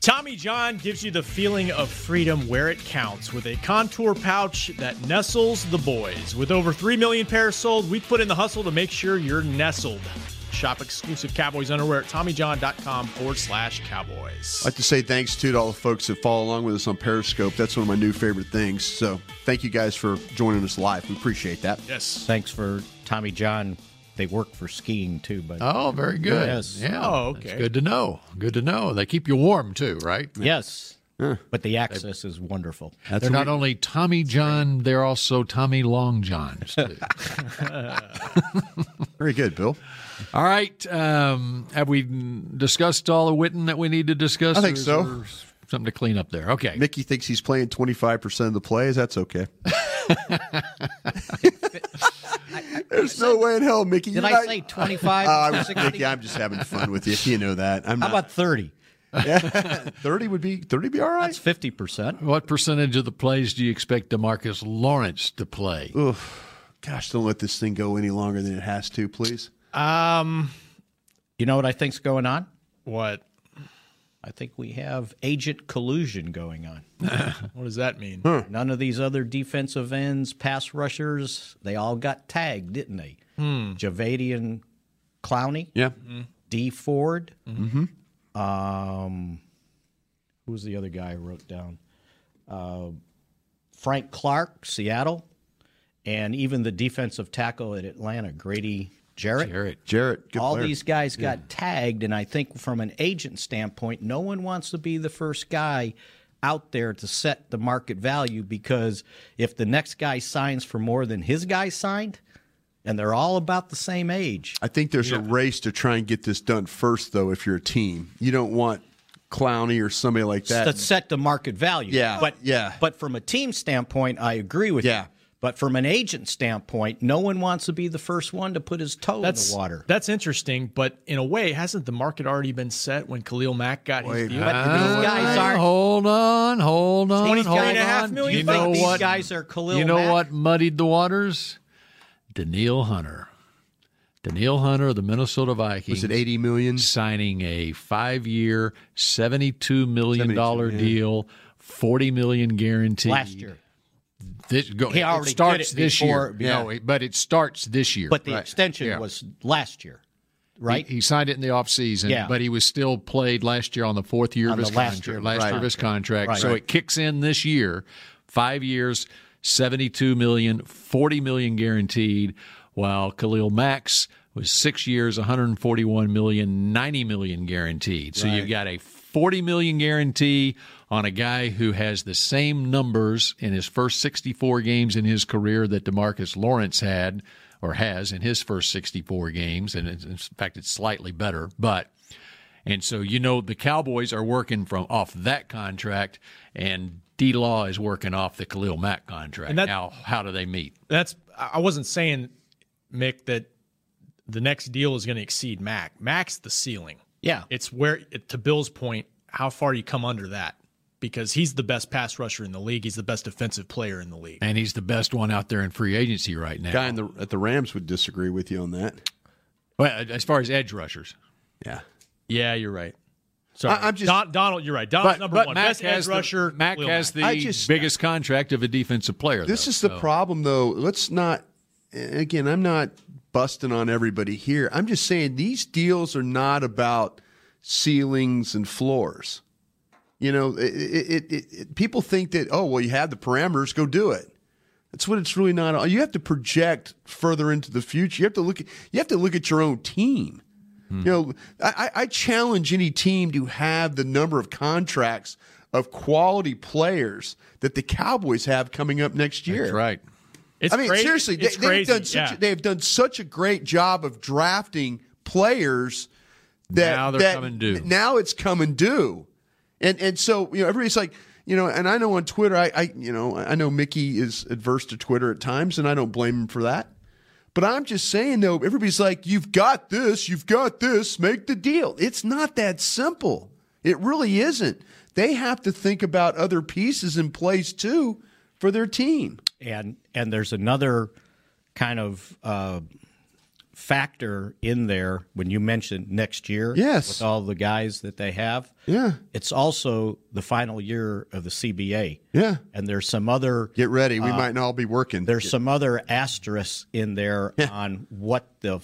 Speaker 6: Tommy John gives you the feeling of freedom where it counts with a contour pouch that nestles the boys. With over 3 million pairs sold, we put in the hustle to make sure you're nestled. Shop exclusive Cowboys underwear at TommyJohn.com forward slash Cowboys.
Speaker 5: I'd like to say thanks too to all the folks that follow along with us on Periscope. That's one of my new favorite things. So thank you guys for joining us live. We appreciate that.
Speaker 11: Yes.
Speaker 7: Thanks for Tommy John. They work for skiing too, but
Speaker 4: Oh, very good.
Speaker 7: Yes.
Speaker 4: Yeah.
Speaker 11: Oh,
Speaker 4: That's
Speaker 11: okay.
Speaker 4: good to know. Good to know. They keep you warm too, right?
Speaker 7: Yes, but the access is wonderful.
Speaker 4: they're not only Tommy John, they're also Tommy Long Johns. too.
Speaker 5: Very good, Bill.
Speaker 4: all right. Um, have we discussed all the Witten that we need to discuss?
Speaker 5: I think
Speaker 4: or is
Speaker 5: so.
Speaker 4: there Something to clean up there. Okay.
Speaker 5: Mickey thinks he's playing 25% of the plays. That's okay. There's no way in hell, Mickey.
Speaker 7: Did
Speaker 5: you're
Speaker 7: I
Speaker 5: not-
Speaker 7: say 25
Speaker 5: Oh, I
Speaker 7: or
Speaker 5: was,
Speaker 7: 60?
Speaker 5: Mickey, I'm just having fun with you. You know that. I'm
Speaker 7: How
Speaker 5: not.
Speaker 7: about thirty?
Speaker 5: thirty would be thirty be all right. That's
Speaker 7: fifty percent.
Speaker 4: What percentage of the plays do you expect Demarcus Lawrence to play?
Speaker 5: Oof. Gosh, don't let this thing go any longer than it has to, please.
Speaker 7: Um, you know what I think's going on?
Speaker 6: What?
Speaker 7: I think we have agent collusion going on.
Speaker 6: what does that mean?
Speaker 7: None of these other defensive ends, pass rushers, they all got tagged, didn't they?
Speaker 6: Hmm.
Speaker 7: Javadian Clowney.
Speaker 5: Yeah.
Speaker 7: D. Ford.
Speaker 5: Mhm.
Speaker 7: Um, who was the other guy I wrote down? Uh, Frank Clark, Seattle. And even the defensive tackle at Atlanta, Grady Jarrett.
Speaker 4: Jarrett.
Speaker 5: Jarrett.
Speaker 7: All
Speaker 5: player.
Speaker 7: these guys
Speaker 5: Yeah.
Speaker 7: got tagged, and I think from an agent standpoint, no one wants to be the first guy out there to set the market value because if the next guy signs for more than his guy signed, and they're all about the same age.
Speaker 5: I think there's a race to try and get this done first, though. If you're a team, you don't want Clowney or somebody like that.
Speaker 7: to set the market value.
Speaker 5: Yeah,
Speaker 7: But
Speaker 5: yeah.
Speaker 7: but from a team standpoint, I agree with you. But from an agent standpoint, no one wants to be the first one to put his toe in the water.
Speaker 6: That's interesting, but in a way, hasn't the market already been set when Khalil Mack got his deal?
Speaker 4: Ah, Hold on, hold on,
Speaker 6: Twenty-three
Speaker 4: hold
Speaker 6: and a half
Speaker 4: on.
Speaker 6: million
Speaker 4: You
Speaker 6: bucks.
Speaker 4: know
Speaker 6: These
Speaker 4: what?
Speaker 6: guys are Khalil
Speaker 4: You know
Speaker 6: Mack.
Speaker 4: what muddied the waters? Daniil Hunter. Daniil Hunter of the Minnesota Vikings.
Speaker 5: Was it 80 million?
Speaker 4: Signing a five year, $72 million
Speaker 5: 72, yeah.
Speaker 4: deal, $40 million guaranteed.
Speaker 7: Last year.
Speaker 4: This, go,
Speaker 7: He
Speaker 4: it
Speaker 7: already
Speaker 4: starts
Speaker 7: did it
Speaker 4: this
Speaker 7: before-
Speaker 4: year. No,
Speaker 7: Yeah.
Speaker 4: it- but it starts this year.
Speaker 7: But the
Speaker 4: Right.
Speaker 7: extension
Speaker 4: Yeah.
Speaker 7: was last year. right?
Speaker 4: He, he signed it in the offseason,
Speaker 7: Yeah.
Speaker 4: but he was still played last year on the fourth year
Speaker 7: On
Speaker 4: of his
Speaker 7: the last
Speaker 4: contract.
Speaker 7: year of
Speaker 4: last
Speaker 7: his
Speaker 4: year of his contract.
Speaker 7: Right.
Speaker 4: So
Speaker 7: Right.
Speaker 4: it kicks in this year, five years, seventy-two million, forty million guaranteed, while Khalil Max was six years, 141 million, 90 million guaranteed. So you've got a 40 million guarantee on a guy who has the same numbers in his first 64 games in his career that DeMarcus Lawrence had or has in his first 64 games and it's, in fact it's slightly better, but and so you know the Cowboys are working from off that contract and D Law is working off the Khalil Mack contract.
Speaker 6: And that-
Speaker 4: now how do they meet?
Speaker 6: That's I I wasn't saying, Mick, that the next deal is going to exceed Mac. Mac's the ceiling.
Speaker 7: Yeah,
Speaker 6: it's where to Bill's point, how far you come under that, because he's the best pass rusher in the league. He's the best defensive player in the league.
Speaker 4: And he's the best one out there in free agency right now.
Speaker 5: guy in the, at the Rams would disagree with you on that.
Speaker 4: Well, as far as edge rushers.
Speaker 5: Yeah.
Speaker 6: Yeah, you're right. Sorry,
Speaker 5: I- I'm just-
Speaker 6: Don, Donald. You're right. Donald's number one. best edge rusher.
Speaker 4: The, Mack
Speaker 6: Khalil
Speaker 4: has
Speaker 6: Mack.
Speaker 4: the biggest contract of a defensive player.
Speaker 5: This
Speaker 4: though,
Speaker 5: is the
Speaker 4: so-
Speaker 5: problem, though. Let's not. Again, I'm not busting on everybody here. I'm just saying these deals are not about ceilings and floors. You know, it, it, it, it, people think that oh well, you have the parameters, go do it. That's what it's really not. You have to project further into the future. You have to look. At, you have to look at your own team. You know, I, I I challenge any team to have the number of contracts of quality players that the Cowboys have coming up next year. That's
Speaker 4: right.
Speaker 6: It's
Speaker 5: I mean,
Speaker 6: cra-
Speaker 5: seriously,
Speaker 6: it's
Speaker 5: they,
Speaker 6: crazy,
Speaker 5: have done such
Speaker 6: yeah.
Speaker 5: a, they have done such a great job of drafting players that
Speaker 4: Now they're
Speaker 5: that-
Speaker 4: coming due.
Speaker 5: Now it's coming due, and and so you know everybody's like you know, and I know on Twitter, I, I you know I know Mickey is adverse to Twitter at times, and I don't blame him for that. But I'm just saying though, everybody's like, you've got this, you've got this, make the deal. It's not that simple. It really isn't. They have to think about other pieces in place too for their team.
Speaker 7: and and there's another kind of uh, factor in there when you mentioned next year.
Speaker 5: Yes.
Speaker 7: with all the guys that they have.
Speaker 5: Yeah.
Speaker 7: it's also the final year of the CBA.
Speaker 5: Yeah.
Speaker 7: and there's some other
Speaker 5: Get ready. We
Speaker 7: uh,
Speaker 5: might not all be working.
Speaker 7: There's some other asterisks in there on what the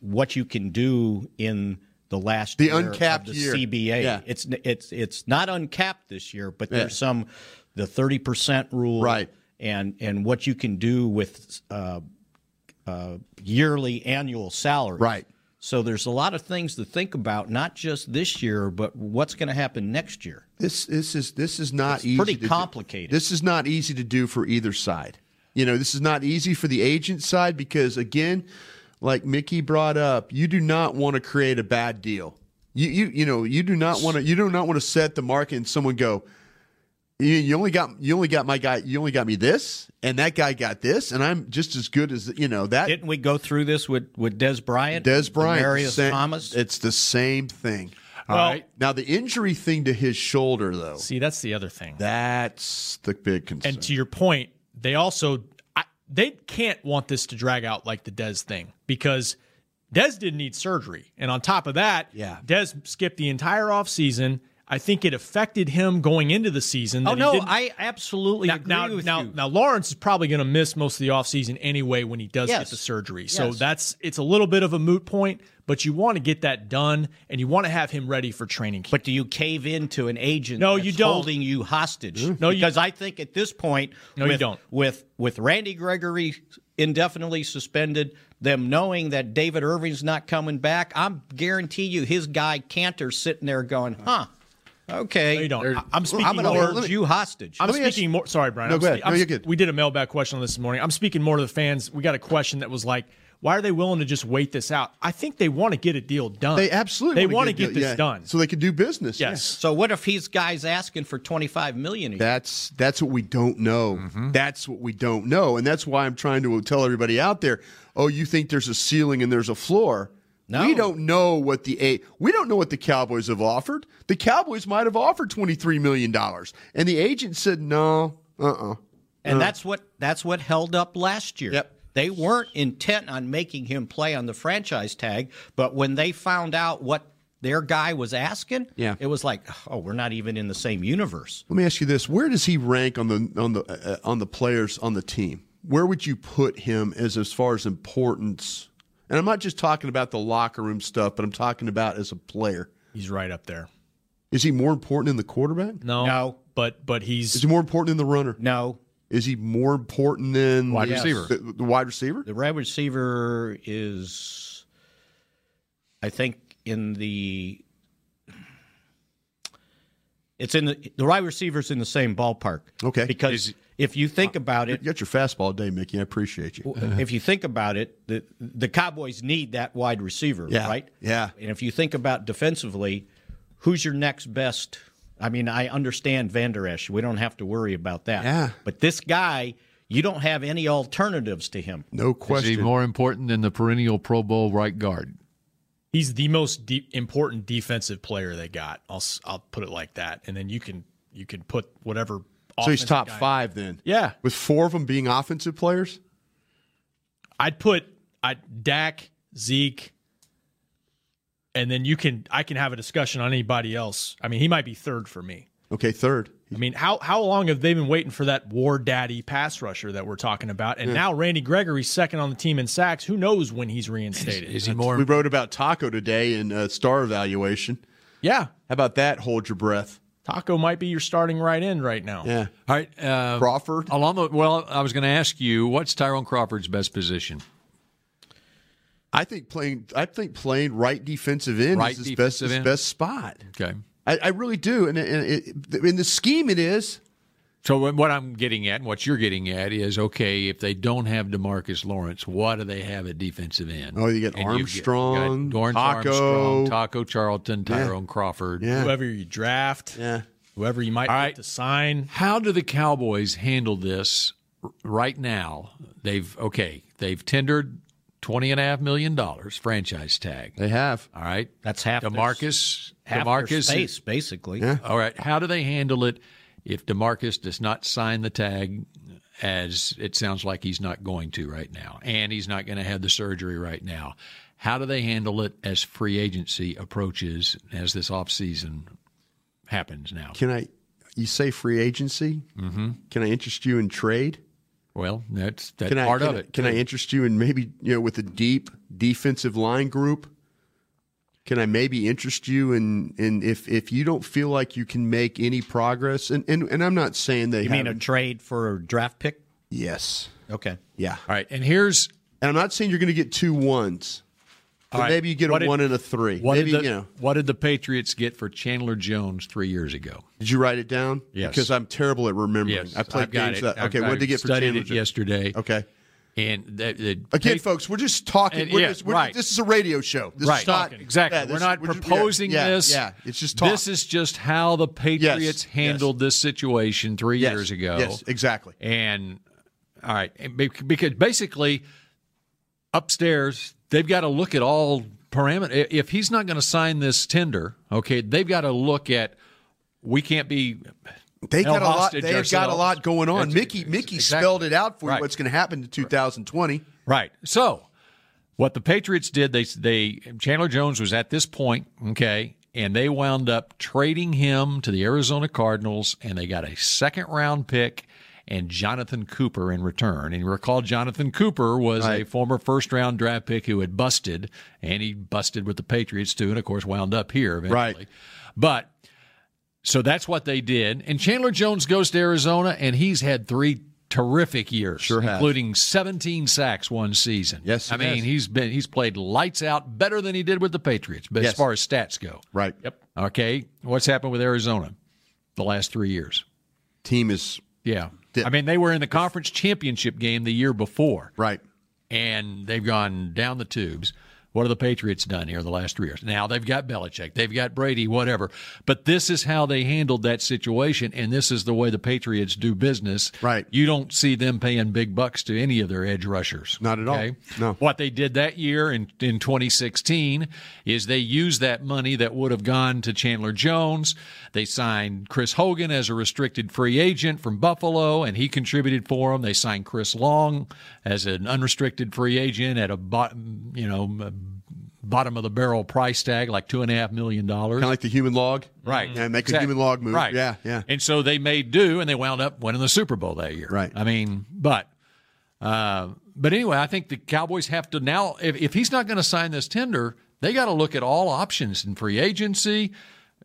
Speaker 7: what you can do in the last
Speaker 5: The
Speaker 7: year
Speaker 5: uncapped
Speaker 7: of the
Speaker 5: year.
Speaker 7: CBA.
Speaker 5: Yeah.
Speaker 7: It's it's it's not uncapped this year, but
Speaker 5: Yeah.
Speaker 7: there's some the thirty percent rule, right? And and what you can do with uh, uh, yearly annual salary, right? So there's a lot of things to think about, not just this year, but what's going to happen next year.
Speaker 5: This this is this is not easy.
Speaker 7: pretty
Speaker 5: to do.
Speaker 7: complicated.
Speaker 5: This is not easy to do for either side. You know, this is not easy for the agent side because again, like Mickey brought up, you do not want to create a bad deal. You you you know, you do not want to you do not want to set the market and someone go, you, you only got you only got my guy you only got me this and that guy got this and I'm just as good as you know that
Speaker 7: Didn't we go through this with with Des Bryant,
Speaker 5: Des Bryant
Speaker 7: Marius
Speaker 5: sa-
Speaker 7: Thomas?
Speaker 5: It's the same thing. All right. Now the injury thing to his shoulder, though.
Speaker 6: See, that's the other thing.
Speaker 5: That's the big concern.
Speaker 6: And to your point, they also I, they can't want this to drag out like the Dez thing because Dez didn't need surgery, and on top of that,
Speaker 7: Yeah.
Speaker 6: Dez skipped the entire offseason. I think it affected him going into the season.
Speaker 7: Oh,
Speaker 6: that he
Speaker 7: no,
Speaker 6: didn't-
Speaker 7: I absolutely agree
Speaker 6: now,
Speaker 7: with
Speaker 6: now,
Speaker 7: you.
Speaker 6: now Lawrence is probably going to miss most of the offseason anyway when he does get
Speaker 7: Yes.
Speaker 6: the surgery. So
Speaker 7: Yes.
Speaker 6: that's it's a little bit of a moot point, but you want to get that done and you want to have him ready for training camp.
Speaker 7: But do you cave into an agent
Speaker 6: No,
Speaker 7: that's
Speaker 6: you don't. Mm-hmm.
Speaker 7: holding you hostage?
Speaker 6: No, you-
Speaker 7: because I think at this point
Speaker 6: No, you
Speaker 7: with,
Speaker 6: don't.
Speaker 7: with with Randy Gregory indefinitely suspended, them knowing that David Irving's not coming back, I'm guarantee you his guy Cantor's sitting there going, huh. Okay.
Speaker 6: No, you don't.
Speaker 7: They're-
Speaker 6: I- I'm speaking
Speaker 7: I'm gonna
Speaker 6: more-
Speaker 7: hold you hostage.
Speaker 6: I'm speaking more. Sorry, Brian.
Speaker 7: No,
Speaker 6: I'm
Speaker 7: go ahead.
Speaker 6: spe- I'm
Speaker 7: No, you're
Speaker 6: sp- We did a mailbag question on this morning. I'm speaking more to the fans. We got a question that was like, "Why are they willing to just wait this out?" I think they want to get a deal done.
Speaker 5: They absolutely
Speaker 6: they
Speaker 5: wanna
Speaker 6: want to
Speaker 5: get a
Speaker 6: get
Speaker 5: deal-
Speaker 6: this
Speaker 5: yeah.
Speaker 6: done.
Speaker 5: so they could do business.
Speaker 6: Yes.
Speaker 7: So what if his guy's asking for 25 million a year?
Speaker 5: That's that's what we don't know.
Speaker 6: Mm-hmm.
Speaker 5: That's what we don't know, and that's why I'm trying to tell everybody out there. Oh, you think there's a ceiling and there's a floor? No. We don't know what the eight. We don't know what the Cowboys have offered. The Cowboys might have offered twenty three million dollars, and the agent said no. Uh uh
Speaker 7: And that's what that's what held up last year. They weren't intent on making him play on the franchise tag, but when they found out what their guy was asking,
Speaker 5: Yeah.
Speaker 7: it was like, oh, we're not even in the same universe.
Speaker 5: Let me ask you this: Where does he rank on the on the uh, on the players on the team? Where would you put him as as far as importance? And I'm not just talking about the locker room stuff, but I'm talking about as a player.
Speaker 6: He's right up there.
Speaker 5: Is he more important than the quarterback?
Speaker 6: No, no, but but he's
Speaker 5: Is he more important than the runner?
Speaker 7: No.
Speaker 5: Is he more important than
Speaker 7: Wide
Speaker 5: the-
Speaker 7: receiver.
Speaker 5: The, the wide receiver?
Speaker 7: The wide receiver is, I think, in the it's in the the wide receiver's in the same ballpark.
Speaker 5: Okay, Uh,
Speaker 7: because if you think about it,
Speaker 5: You got your fastball day, Mickey. I appreciate you.
Speaker 7: if you think about it, the the Cowboys need that wide receiver,
Speaker 5: Yeah,
Speaker 7: right?
Speaker 5: yeah.
Speaker 7: And if you think about defensively, who's your next best? I mean, I understand Van Der Esch. We don't have to worry about that.
Speaker 4: Yeah.
Speaker 7: But this guy, you don't have any alternatives to him.
Speaker 5: No
Speaker 4: Is he more important than the perennial Pro Bowl right guard?
Speaker 6: he's the most de- important defensive player they got. I'll s- I'll put it like that, and then you can you can put whatever.
Speaker 5: So he's
Speaker 6: offensive
Speaker 5: top
Speaker 6: guy-
Speaker 5: five then.
Speaker 6: Yeah.
Speaker 5: With four of them being offensive players?
Speaker 6: I'd put I Dak, Zeke, and then you can I can have a discussion on anybody else. I mean, he might be third for me.
Speaker 5: Okay, third.
Speaker 6: I mean, how how long have they been waiting for that war daddy pass rusher that we're talking about? And
Speaker 5: Yeah.
Speaker 6: now Randy Gregory's second on the team in sacks. Who knows when he's reinstated?
Speaker 5: Is he more? We wrote about Taco today in uh, star evaluation.
Speaker 6: Yeah. How
Speaker 5: about that? Hold your breath.
Speaker 6: Taco might be your starting right end right now.
Speaker 5: Yeah.
Speaker 4: All right. Uh,
Speaker 5: Crawford.
Speaker 4: Along the, well, I was going to ask you, what's Tyrone Crawford's best position?
Speaker 5: I think playing. I think playing right defensive end
Speaker 4: Right
Speaker 5: is his best,
Speaker 4: defensive
Speaker 5: his
Speaker 4: end.
Speaker 5: best spot.
Speaker 4: Okay.
Speaker 5: I, I really do, and, and it, in the scheme it is.
Speaker 4: So what- what I'm getting at, and what you're getting at, is okay. If they don't have Demarcus Lawrence, what do they have at defensive end?
Speaker 5: Oh, you got
Speaker 4: And you've got-
Speaker 5: Armstrong,
Speaker 4: got Dorrance
Speaker 5: Taco.
Speaker 4: Armstrong, Taco Charlton, Tyrone Crawford.
Speaker 6: Whoever you draft,
Speaker 5: yeah.
Speaker 6: whoever you might
Speaker 4: All
Speaker 6: have
Speaker 4: right.
Speaker 6: to sign.
Speaker 4: How do the Cowboys handle this r- right now? They've okay, they've tendered twenty and a half million dollars franchise tag.
Speaker 5: They have.
Speaker 4: All right.
Speaker 7: That's half their-
Speaker 4: DeMarcus
Speaker 7: half their
Speaker 4: DeMarcus
Speaker 7: space, basically.
Speaker 4: All right. How do they handle it if DeMarcus does not sign the tag as it sounds like he's not going to right now and he's not going to have the surgery right now? How do they handle it as free agency approaches as this offseason happens now?
Speaker 5: Can I? You say free agency? Mm-hmm. Can I interest you in trade?
Speaker 4: Well, that's that's
Speaker 5: can I-
Speaker 4: part
Speaker 5: can
Speaker 4: of
Speaker 5: I-
Speaker 4: it.
Speaker 5: Can I
Speaker 4: too.
Speaker 5: interest you in maybe you know with a deep defensive line group? Can I maybe interest you in in if if you don't feel like you can make any progress? And and, and I'm not saying they
Speaker 7: You mean a
Speaker 5: haven't-
Speaker 7: trade for a draft pick?
Speaker 5: yes,
Speaker 7: Okay.
Speaker 5: yeah.
Speaker 4: All right, and here's
Speaker 5: And I'm not saying you're going to get two ones. But
Speaker 4: All right,
Speaker 5: Maybe you get a
Speaker 4: what did-
Speaker 5: one and a three.
Speaker 4: What
Speaker 5: maybe
Speaker 4: did the,
Speaker 5: you know.
Speaker 4: What did the Patriots get for Chandler Jones three years ago?
Speaker 5: Did you write it down?
Speaker 4: Yes.
Speaker 5: Because I'm terrible at remembering.
Speaker 4: Yes,
Speaker 5: I played
Speaker 4: I've got
Speaker 5: games
Speaker 4: it.
Speaker 5: that.
Speaker 4: I've
Speaker 5: Okay,
Speaker 4: got
Speaker 5: what did
Speaker 4: it.
Speaker 5: you get for
Speaker 4: Studied
Speaker 5: Chandler
Speaker 4: it
Speaker 5: Jones?
Speaker 4: yesterday.
Speaker 5: Okay.
Speaker 4: And the, the
Speaker 5: Again, folks, we're just talking.
Speaker 4: And-
Speaker 5: we're
Speaker 4: yeah,
Speaker 5: just, we're,
Speaker 4: right.
Speaker 5: This is a radio show. This
Speaker 4: right
Speaker 5: is not,
Speaker 4: exactly.
Speaker 5: yeah, this-
Speaker 4: we're not
Speaker 5: just- yeah,
Speaker 4: proposing
Speaker 5: yeah,
Speaker 4: this.
Speaker 5: Yeah, it's just talk.
Speaker 4: This is just how the Patriots
Speaker 5: Yes,
Speaker 4: handled this situation three
Speaker 5: Yes,
Speaker 4: years ago.
Speaker 5: yes, exactly.
Speaker 4: And all right, and be- because basically upstairs they've got to look at all parameter. i- If he's not going to sign this tender, okay, they've got to look at. We can't be.
Speaker 5: They
Speaker 4: held
Speaker 5: got a lot.
Speaker 4: hostage
Speaker 5: They've got a
Speaker 4: ourselves.
Speaker 5: lot going on.
Speaker 4: That's-
Speaker 5: Mickey, Mickey spelled it out for you.
Speaker 4: Right.
Speaker 5: What's going to happen to 2020?
Speaker 4: Right. So, what the Patriots did, they they Chandler Jones was at this point, okay, and they wound up trading him to the Arizona Cardinals, and they got a second round pick and Jonathan Cooper in return. And you recall Jonathan Cooper was a former first round draft pick who had busted, and he busted with the Patriots too, and of course wound up here eventually. Right. But so that's what they did. And Chandler Jones goes to Arizona, and he's had three terrific years, sure
Speaker 5: has.
Speaker 4: including 17 sacks one season. Yes,
Speaker 5: he
Speaker 4: I mean
Speaker 5: has.
Speaker 4: he's been he's played lights out better than he did with the Patriots, but
Speaker 5: Yes.
Speaker 4: as far as stats go,
Speaker 5: Right.
Speaker 4: Yep. Okay, what's happened with Arizona the last three years?
Speaker 5: Team is
Speaker 4: Yeah, I mean they were in the conference championship game the year before,
Speaker 5: right?
Speaker 4: And they've gone down the tubes. What have the Patriots done here the last three years? Now they've got Belichick, they've got Brady, whatever. But this is how they handled that situation, and this is the way the Patriots do business. Right. You don't see them paying big bucks to any of their edge rushers. Not at
Speaker 5: all. No.
Speaker 4: What they did that year in, in 2016 is they used that money that would have gone to Chandler Jones. They signed Chris Hogan as a restricted free agent from Buffalo, and he contributed for them. They signed Chris Long as an unrestricted free agent at a bot, you know bottom of the barrel price tag, like two and a half million dollars.
Speaker 5: Kind of like the human log,
Speaker 4: Right.
Speaker 5: Mm-hmm. Yeah, make
Speaker 4: Exactly.
Speaker 5: a human log move.
Speaker 4: Right.
Speaker 5: Yeah, yeah.
Speaker 4: And so they made do, and they wound up winning the Super Bowl that year. Right. I mean, but, uh, but anyway, I think the Cowboys have to now. If, if he's not going to sign this tender, they got to look at all options in free agency,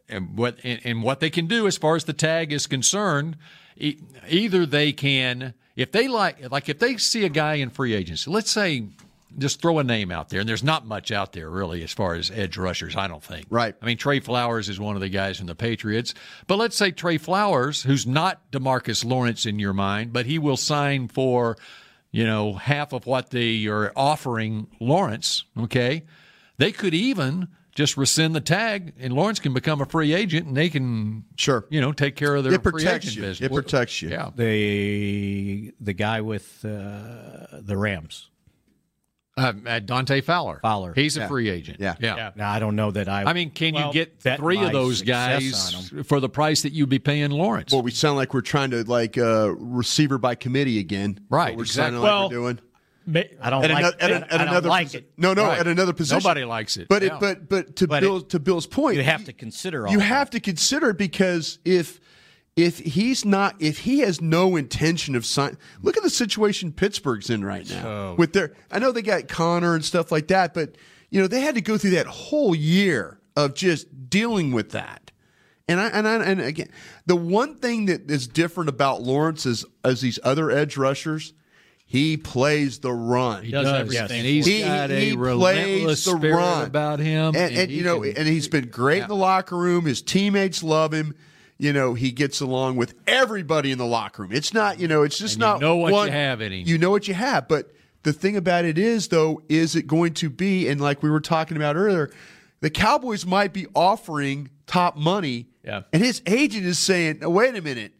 Speaker 4: and what and, and what they can do as far as the tag is concerned. E- either they can, if they like, like if they see a guy in free agency, let's say. Just throw a name out there, and there's not much out there really as far as edge rushers. I don't think. Right. I mean, Trey Flowers is one of the guys from the Patriots, but let's say Trey Flowers, who's not Demarcus Lawrence in your mind, but he will sign for you know, half of what they are offering Lawrence, okay? They could even just rescind the tag and Lawrence can become a free agent and they can
Speaker 5: sure,
Speaker 4: you know, take care of their
Speaker 5: It
Speaker 4: free
Speaker 5: protects
Speaker 4: agent
Speaker 5: you.
Speaker 4: business.
Speaker 5: It protects you.
Speaker 4: Yeah.
Speaker 7: The the guy with uh, the Rams.
Speaker 4: Uh, Dante Fowler.
Speaker 7: Fowler.
Speaker 4: He's a free agent. Yeah.
Speaker 7: Now, I don't know that I.
Speaker 4: I mean, can
Speaker 7: Well,
Speaker 4: you get
Speaker 7: bet
Speaker 4: three
Speaker 7: my
Speaker 4: of those
Speaker 7: success on
Speaker 4: guys
Speaker 7: 'em.
Speaker 4: for the price that you'd be paying Lawrence?
Speaker 5: Well, we sound like we're trying to like uh, receiver by committee again.
Speaker 4: Right,
Speaker 5: We're
Speaker 4: exactly.
Speaker 5: sounding like
Speaker 4: Well,
Speaker 5: we're doing.
Speaker 7: I don't
Speaker 5: At
Speaker 7: like
Speaker 5: another- at
Speaker 7: it.
Speaker 5: an- at
Speaker 7: I don't
Speaker 5: another
Speaker 7: like
Speaker 5: posi-
Speaker 7: it.
Speaker 5: No, no,
Speaker 7: Right.
Speaker 5: at another position.
Speaker 7: Nobody likes it.
Speaker 5: But
Speaker 7: Yeah.
Speaker 5: it, but but to
Speaker 7: But it-
Speaker 5: Bill's to Bill's point,
Speaker 7: You have to consider all
Speaker 5: you
Speaker 7: that.
Speaker 5: have to consider it because if if he's not if he has no intention of sign look at the situation Pittsburgh's in right now
Speaker 4: Oh.
Speaker 5: with their I know they got Connor and stuff like that but you know they had to go through that whole year of just dealing with that and I and I, and again the one thing that is different about Lawrence is as these other edge rushers he plays the run.
Speaker 4: He does does, everything yes. for
Speaker 5: And
Speaker 4: And
Speaker 5: he's
Speaker 4: he's got a relentless spirit about him,
Speaker 5: And,
Speaker 4: and
Speaker 5: and,
Speaker 4: he
Speaker 5: you know,
Speaker 4: can-
Speaker 5: and he's been great in the locker room. His teammates love him. You know, he gets along with everybody in the locker room. It's not, you know, it's just
Speaker 4: And you
Speaker 5: not
Speaker 4: know what you
Speaker 5: one-
Speaker 4: have in him.
Speaker 5: You know what you have, but the thing about it is, though, is it going to be? And like we were talking about earlier, the Cowboys might be offering top money,
Speaker 6: Yeah.
Speaker 5: and his agent is saying, "Now, "Wait a minute."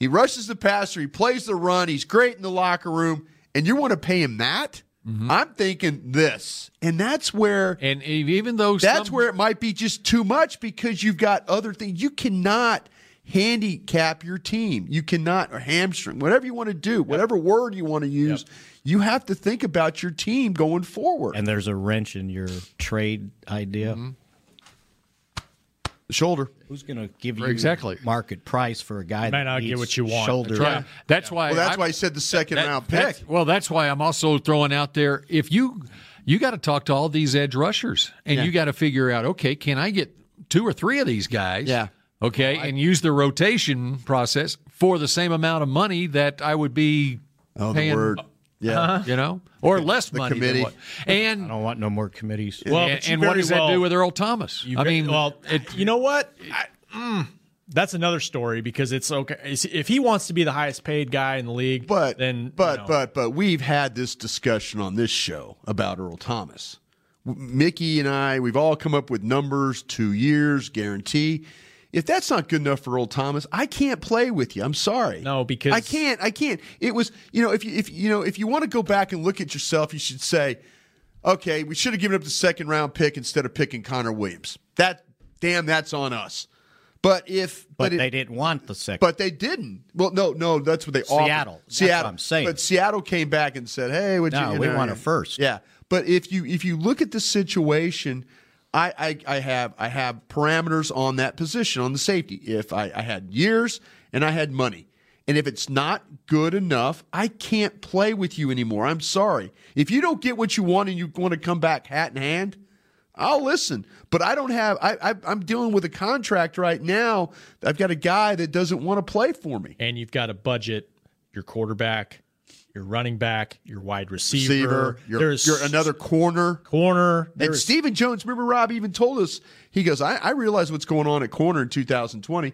Speaker 5: He rushes the passer. He plays the run. He's great in the locker room. And you want to pay him that?
Speaker 4: Mm-hmm.
Speaker 5: I'm thinking this. And that's where.
Speaker 4: And e-, even though.
Speaker 5: That's where it might be just too much because you've got other things. You cannot handicap your team. You cannot, or hamstring, whatever you want to do, whatever word you want to use, you have to think about your team going forward.
Speaker 7: And there's a wrench in your trade idea.
Speaker 5: The shoulder.
Speaker 7: Who's going to give you
Speaker 4: Exactly.
Speaker 7: market price for a guy
Speaker 4: May
Speaker 7: that
Speaker 4: not get
Speaker 7: needs
Speaker 4: what you want.
Speaker 7: Shoulder.
Speaker 4: That's right. That's why.
Speaker 5: Well, that's
Speaker 4: I'm-
Speaker 5: why I said the second
Speaker 4: that-
Speaker 5: round pick.
Speaker 4: that's- well, that's why I'm also throwing out there if you you got to talk to all these edge rushers and
Speaker 5: Yeah.
Speaker 4: you got to figure out okay, can I get two or three of these guys?
Speaker 5: Yeah.
Speaker 4: Okay, and use the rotation process for the same amount of money that I would be
Speaker 5: Oh, the
Speaker 4: paying, Uh-huh.
Speaker 5: word. Yeah.
Speaker 4: you know, or less
Speaker 5: the
Speaker 4: money. than
Speaker 5: committee.
Speaker 4: what- And
Speaker 7: I don't want no more committees.
Speaker 4: well,
Speaker 6: Well,
Speaker 4: and,
Speaker 6: but you
Speaker 4: and what
Speaker 6: very
Speaker 4: does that
Speaker 6: well-
Speaker 4: do with Earl Thomas?
Speaker 6: You
Speaker 4: I
Speaker 6: very-
Speaker 4: mean,
Speaker 6: well,
Speaker 4: it-
Speaker 6: you know what? I, mm, that's another story because it's okay if he wants to be the highest paid guy in the league.
Speaker 5: But
Speaker 6: then,
Speaker 5: but
Speaker 6: you know,
Speaker 5: but but we've had this discussion on this show about Earl Thomas. W- Mickey and I, we've all come up with numbers, two years guarantee. If that's not good enough for Earl Thomas, I can't play with you. I'm sorry.
Speaker 6: no, because
Speaker 5: I can't. I can't. It was you know if you if you know if you want to go back and look at yourself, you should say, okay, we should have given up the second round pick instead of picking Connor Williams. That damn, that's on us. But if
Speaker 7: But,
Speaker 5: it-
Speaker 7: they didn't want the second.
Speaker 5: but they didn't. Well, no, no, that's what they offered.
Speaker 7: Seattle. That's
Speaker 5: Seattle.
Speaker 7: what I'm saying.
Speaker 5: But Seattle came back and said, "Hey, what
Speaker 7: No,
Speaker 5: you, you
Speaker 7: we
Speaker 5: know,
Speaker 7: want a
Speaker 5: yeah.
Speaker 7: first.
Speaker 5: Yeah, but if you if you look at the situation, I, I I have I have parameters on that position on the safety. If I, I had years and I had money, and if it's not good enough, I can't play with you anymore. I'm sorry. If you don't get what you want and you want to come back hat in hand, I'll listen, but I don't have. I, I I'm dealing with a contract right now. I've got a guy that doesn't want to play for me.
Speaker 6: and you've got to budget your quarterback, your running back, your wide receiver.
Speaker 5: you're,
Speaker 6: There's
Speaker 5: you're another corner,
Speaker 6: corner.
Speaker 5: And Stephen Jones, remember Rob even told us. He goes, I, I realize what's going on at corner in 2020.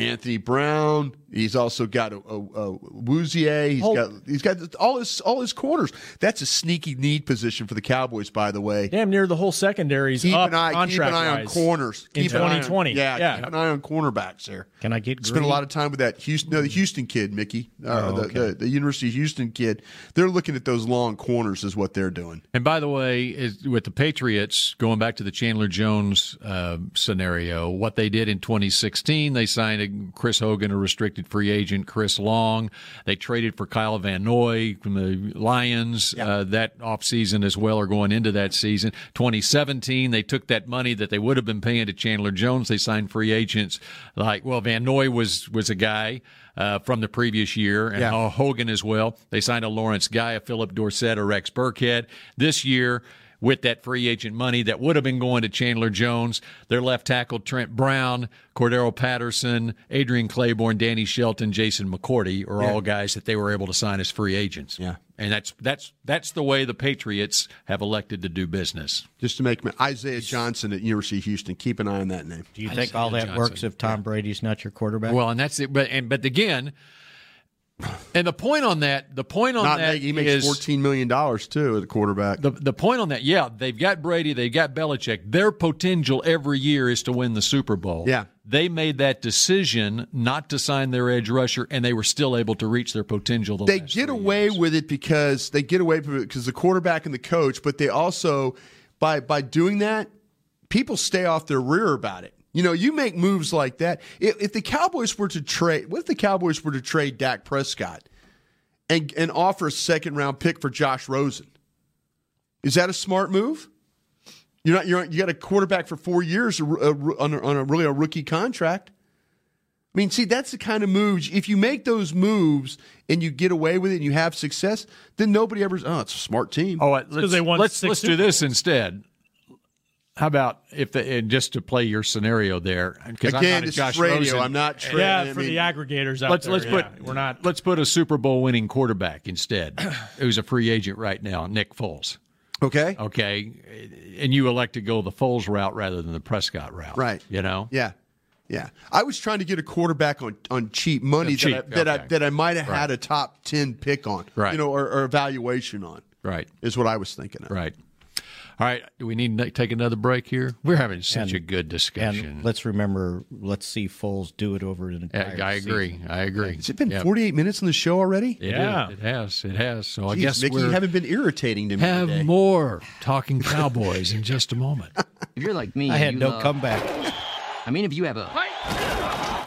Speaker 5: Anthony Brown. He's also got a, a, a Wouzier. He's got he's got all his all his corners. That's a sneaky need position for the Cowboys, by the way.
Speaker 6: damn near the whole secondary's
Speaker 5: Keep
Speaker 6: up
Speaker 5: an eye, keep an
Speaker 6: contract
Speaker 5: eye on
Speaker 6: wise
Speaker 5: corners
Speaker 6: in
Speaker 5: Keep an eye on-
Speaker 6: 2020.
Speaker 5: yeah,
Speaker 6: yeah.
Speaker 5: keep an eye on cornerbacks there.
Speaker 7: Can I get
Speaker 5: Spent
Speaker 7: green?
Speaker 5: a lot of time with that Houston, no, the Houston kid, Mickey, uh,
Speaker 4: Oh,
Speaker 5: the,
Speaker 4: okay.
Speaker 5: the, the University of Houston kid. They're looking at those long corners, is what they're doing.
Speaker 4: And by the way, is, with the Patriots, going back to the Chandler Jones uh, scenario, what they did in 2016, they signed a, Chris Hogan, a restricted free agent, Chris Long. They traded for Kyle Van Noy from the Lions uh, that offseason as well, or going into that season. 2017, they took that money that they would have been paying to Chandler Jones. They signed free agents like, well, Van Noy was, was a guy uh, from the previous year, and
Speaker 5: Yeah.
Speaker 4: Ho- Hogan as well. They signed a Lawrence Guy, a Philip Dorsett, a Rex Burkhead. This year, with that free agent money that would have been going to Chandler Jones, their left tackle Trent Brown, Cordero Patterson, Adrian Claiborne, Danny Shelton, Jason McCourty are
Speaker 5: Yeah.
Speaker 4: all guys that they were able to sign as free agents. Yeah, and that's that's that's the way the Patriots have elected to do business.
Speaker 5: Just to make Isaiah Johnson at University of Houston. Keep an eye on that name.
Speaker 7: Do you think all that works if Tom Brady's not your quarterback?
Speaker 4: Well, and that's it. But and but again, and the point on that, the point on
Speaker 5: Not
Speaker 4: that
Speaker 5: make- he makes
Speaker 4: is-
Speaker 5: fourteen million dollars too at the quarterback.
Speaker 4: The the point on that, yeah, they've got Brady, they've got Belichick. Their potential every year is to win the Super Bowl.
Speaker 5: Yeah.
Speaker 4: They made that decision not to sign their edge rusher, and they were still able to reach their potential. The
Speaker 5: they get away with it because they get away with it because the quarterback and the coach, but they also by by doing that, people stay off their rear about it. You know, you make moves like that. If, if the Cowboys were to trade, what if the Cowboys were to trade Dak Prescott and and offer a second round pick for Josh Rosen? Is that a smart move? You're not. You're, you got a quarterback for four years a, a, on, a, on a really a rookie contract. I mean, see, that's the kind of moves. If you make those moves and you get away with it and you have success, then nobody ever. Oh, it's a smart team.
Speaker 4: Oh, let's, let's, let's do this instead. How about if the, and just to play your scenario there? 'cause I'm
Speaker 5: Again,
Speaker 4: not a
Speaker 5: this
Speaker 4: Josh
Speaker 5: is radio.
Speaker 4: Rosen-
Speaker 5: I'm not. Tra-
Speaker 6: Yeah,
Speaker 5: I
Speaker 6: for
Speaker 5: mean,
Speaker 6: the aggregators out
Speaker 4: let's
Speaker 6: there,
Speaker 4: let's
Speaker 6: yeah.
Speaker 4: put
Speaker 6: we're not.
Speaker 4: Let's put a Super Bowl winning quarterback instead, who's a free agent right now, Nick Foles.
Speaker 5: Okay.
Speaker 4: Oh. Okay, and you elect to go the Foles route rather than the Prescott route,
Speaker 5: Right.
Speaker 4: You know,
Speaker 5: Yeah. Yeah. I was trying to get a quarterback on, on cheap money
Speaker 4: Oh, cheap,
Speaker 5: that, I, that, I,
Speaker 4: okay.
Speaker 5: that I might have had
Speaker 4: Right.
Speaker 5: a top 10 pick on,
Speaker 4: Right.
Speaker 5: you know, or, or evaluation on,
Speaker 4: right,
Speaker 5: is what I was thinking of.
Speaker 4: right. All right, do we need to take another break here? We're having such
Speaker 7: And-
Speaker 4: a good discussion.
Speaker 7: And let's remember, let's see Foles do it over an entire
Speaker 4: I, I agree. I agree.
Speaker 5: Has it been
Speaker 4: Yeah.
Speaker 5: 48 minutes on the show already?
Speaker 4: It is.
Speaker 6: Yeah.
Speaker 4: it has. It has. So I
Speaker 5: Jeez,
Speaker 4: guess
Speaker 5: Mickey,
Speaker 4: we're
Speaker 5: you haven't been irritating to me.
Speaker 4: have
Speaker 5: today.
Speaker 4: more talking Cowboys in just a moment.
Speaker 13: If you're like me,
Speaker 7: I had
Speaker 13: you
Speaker 7: no
Speaker 13: love-
Speaker 7: comeback.
Speaker 13: I mean, if you have a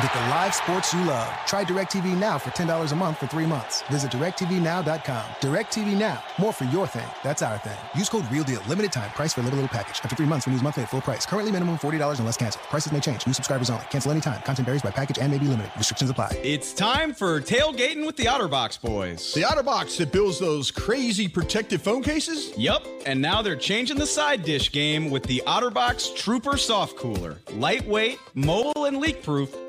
Speaker 14: Get the live sports you love. Try DirecTV Now for $10 a month for three months. Visit DirecTVNow.com. DirecTV Now. More for your thing. That's our thing. Use code REALDEAL. Limited time. Price for little, little package. After three months, renews monthly at full price. Currently minimum $40 unless canceled. Prices may change. New subscribers only. Cancel anytime. Content varies by package and may be limited. Restrictions apply.
Speaker 16: It's time for tailgating with the Otterbox boys.
Speaker 17: The Otterbox that builds those crazy protective phone cases?
Speaker 16: Yup, and now they're changing the side dish game with the Otterbox Trooper Soft Cooler. Lightweight, mobile, and leak proof,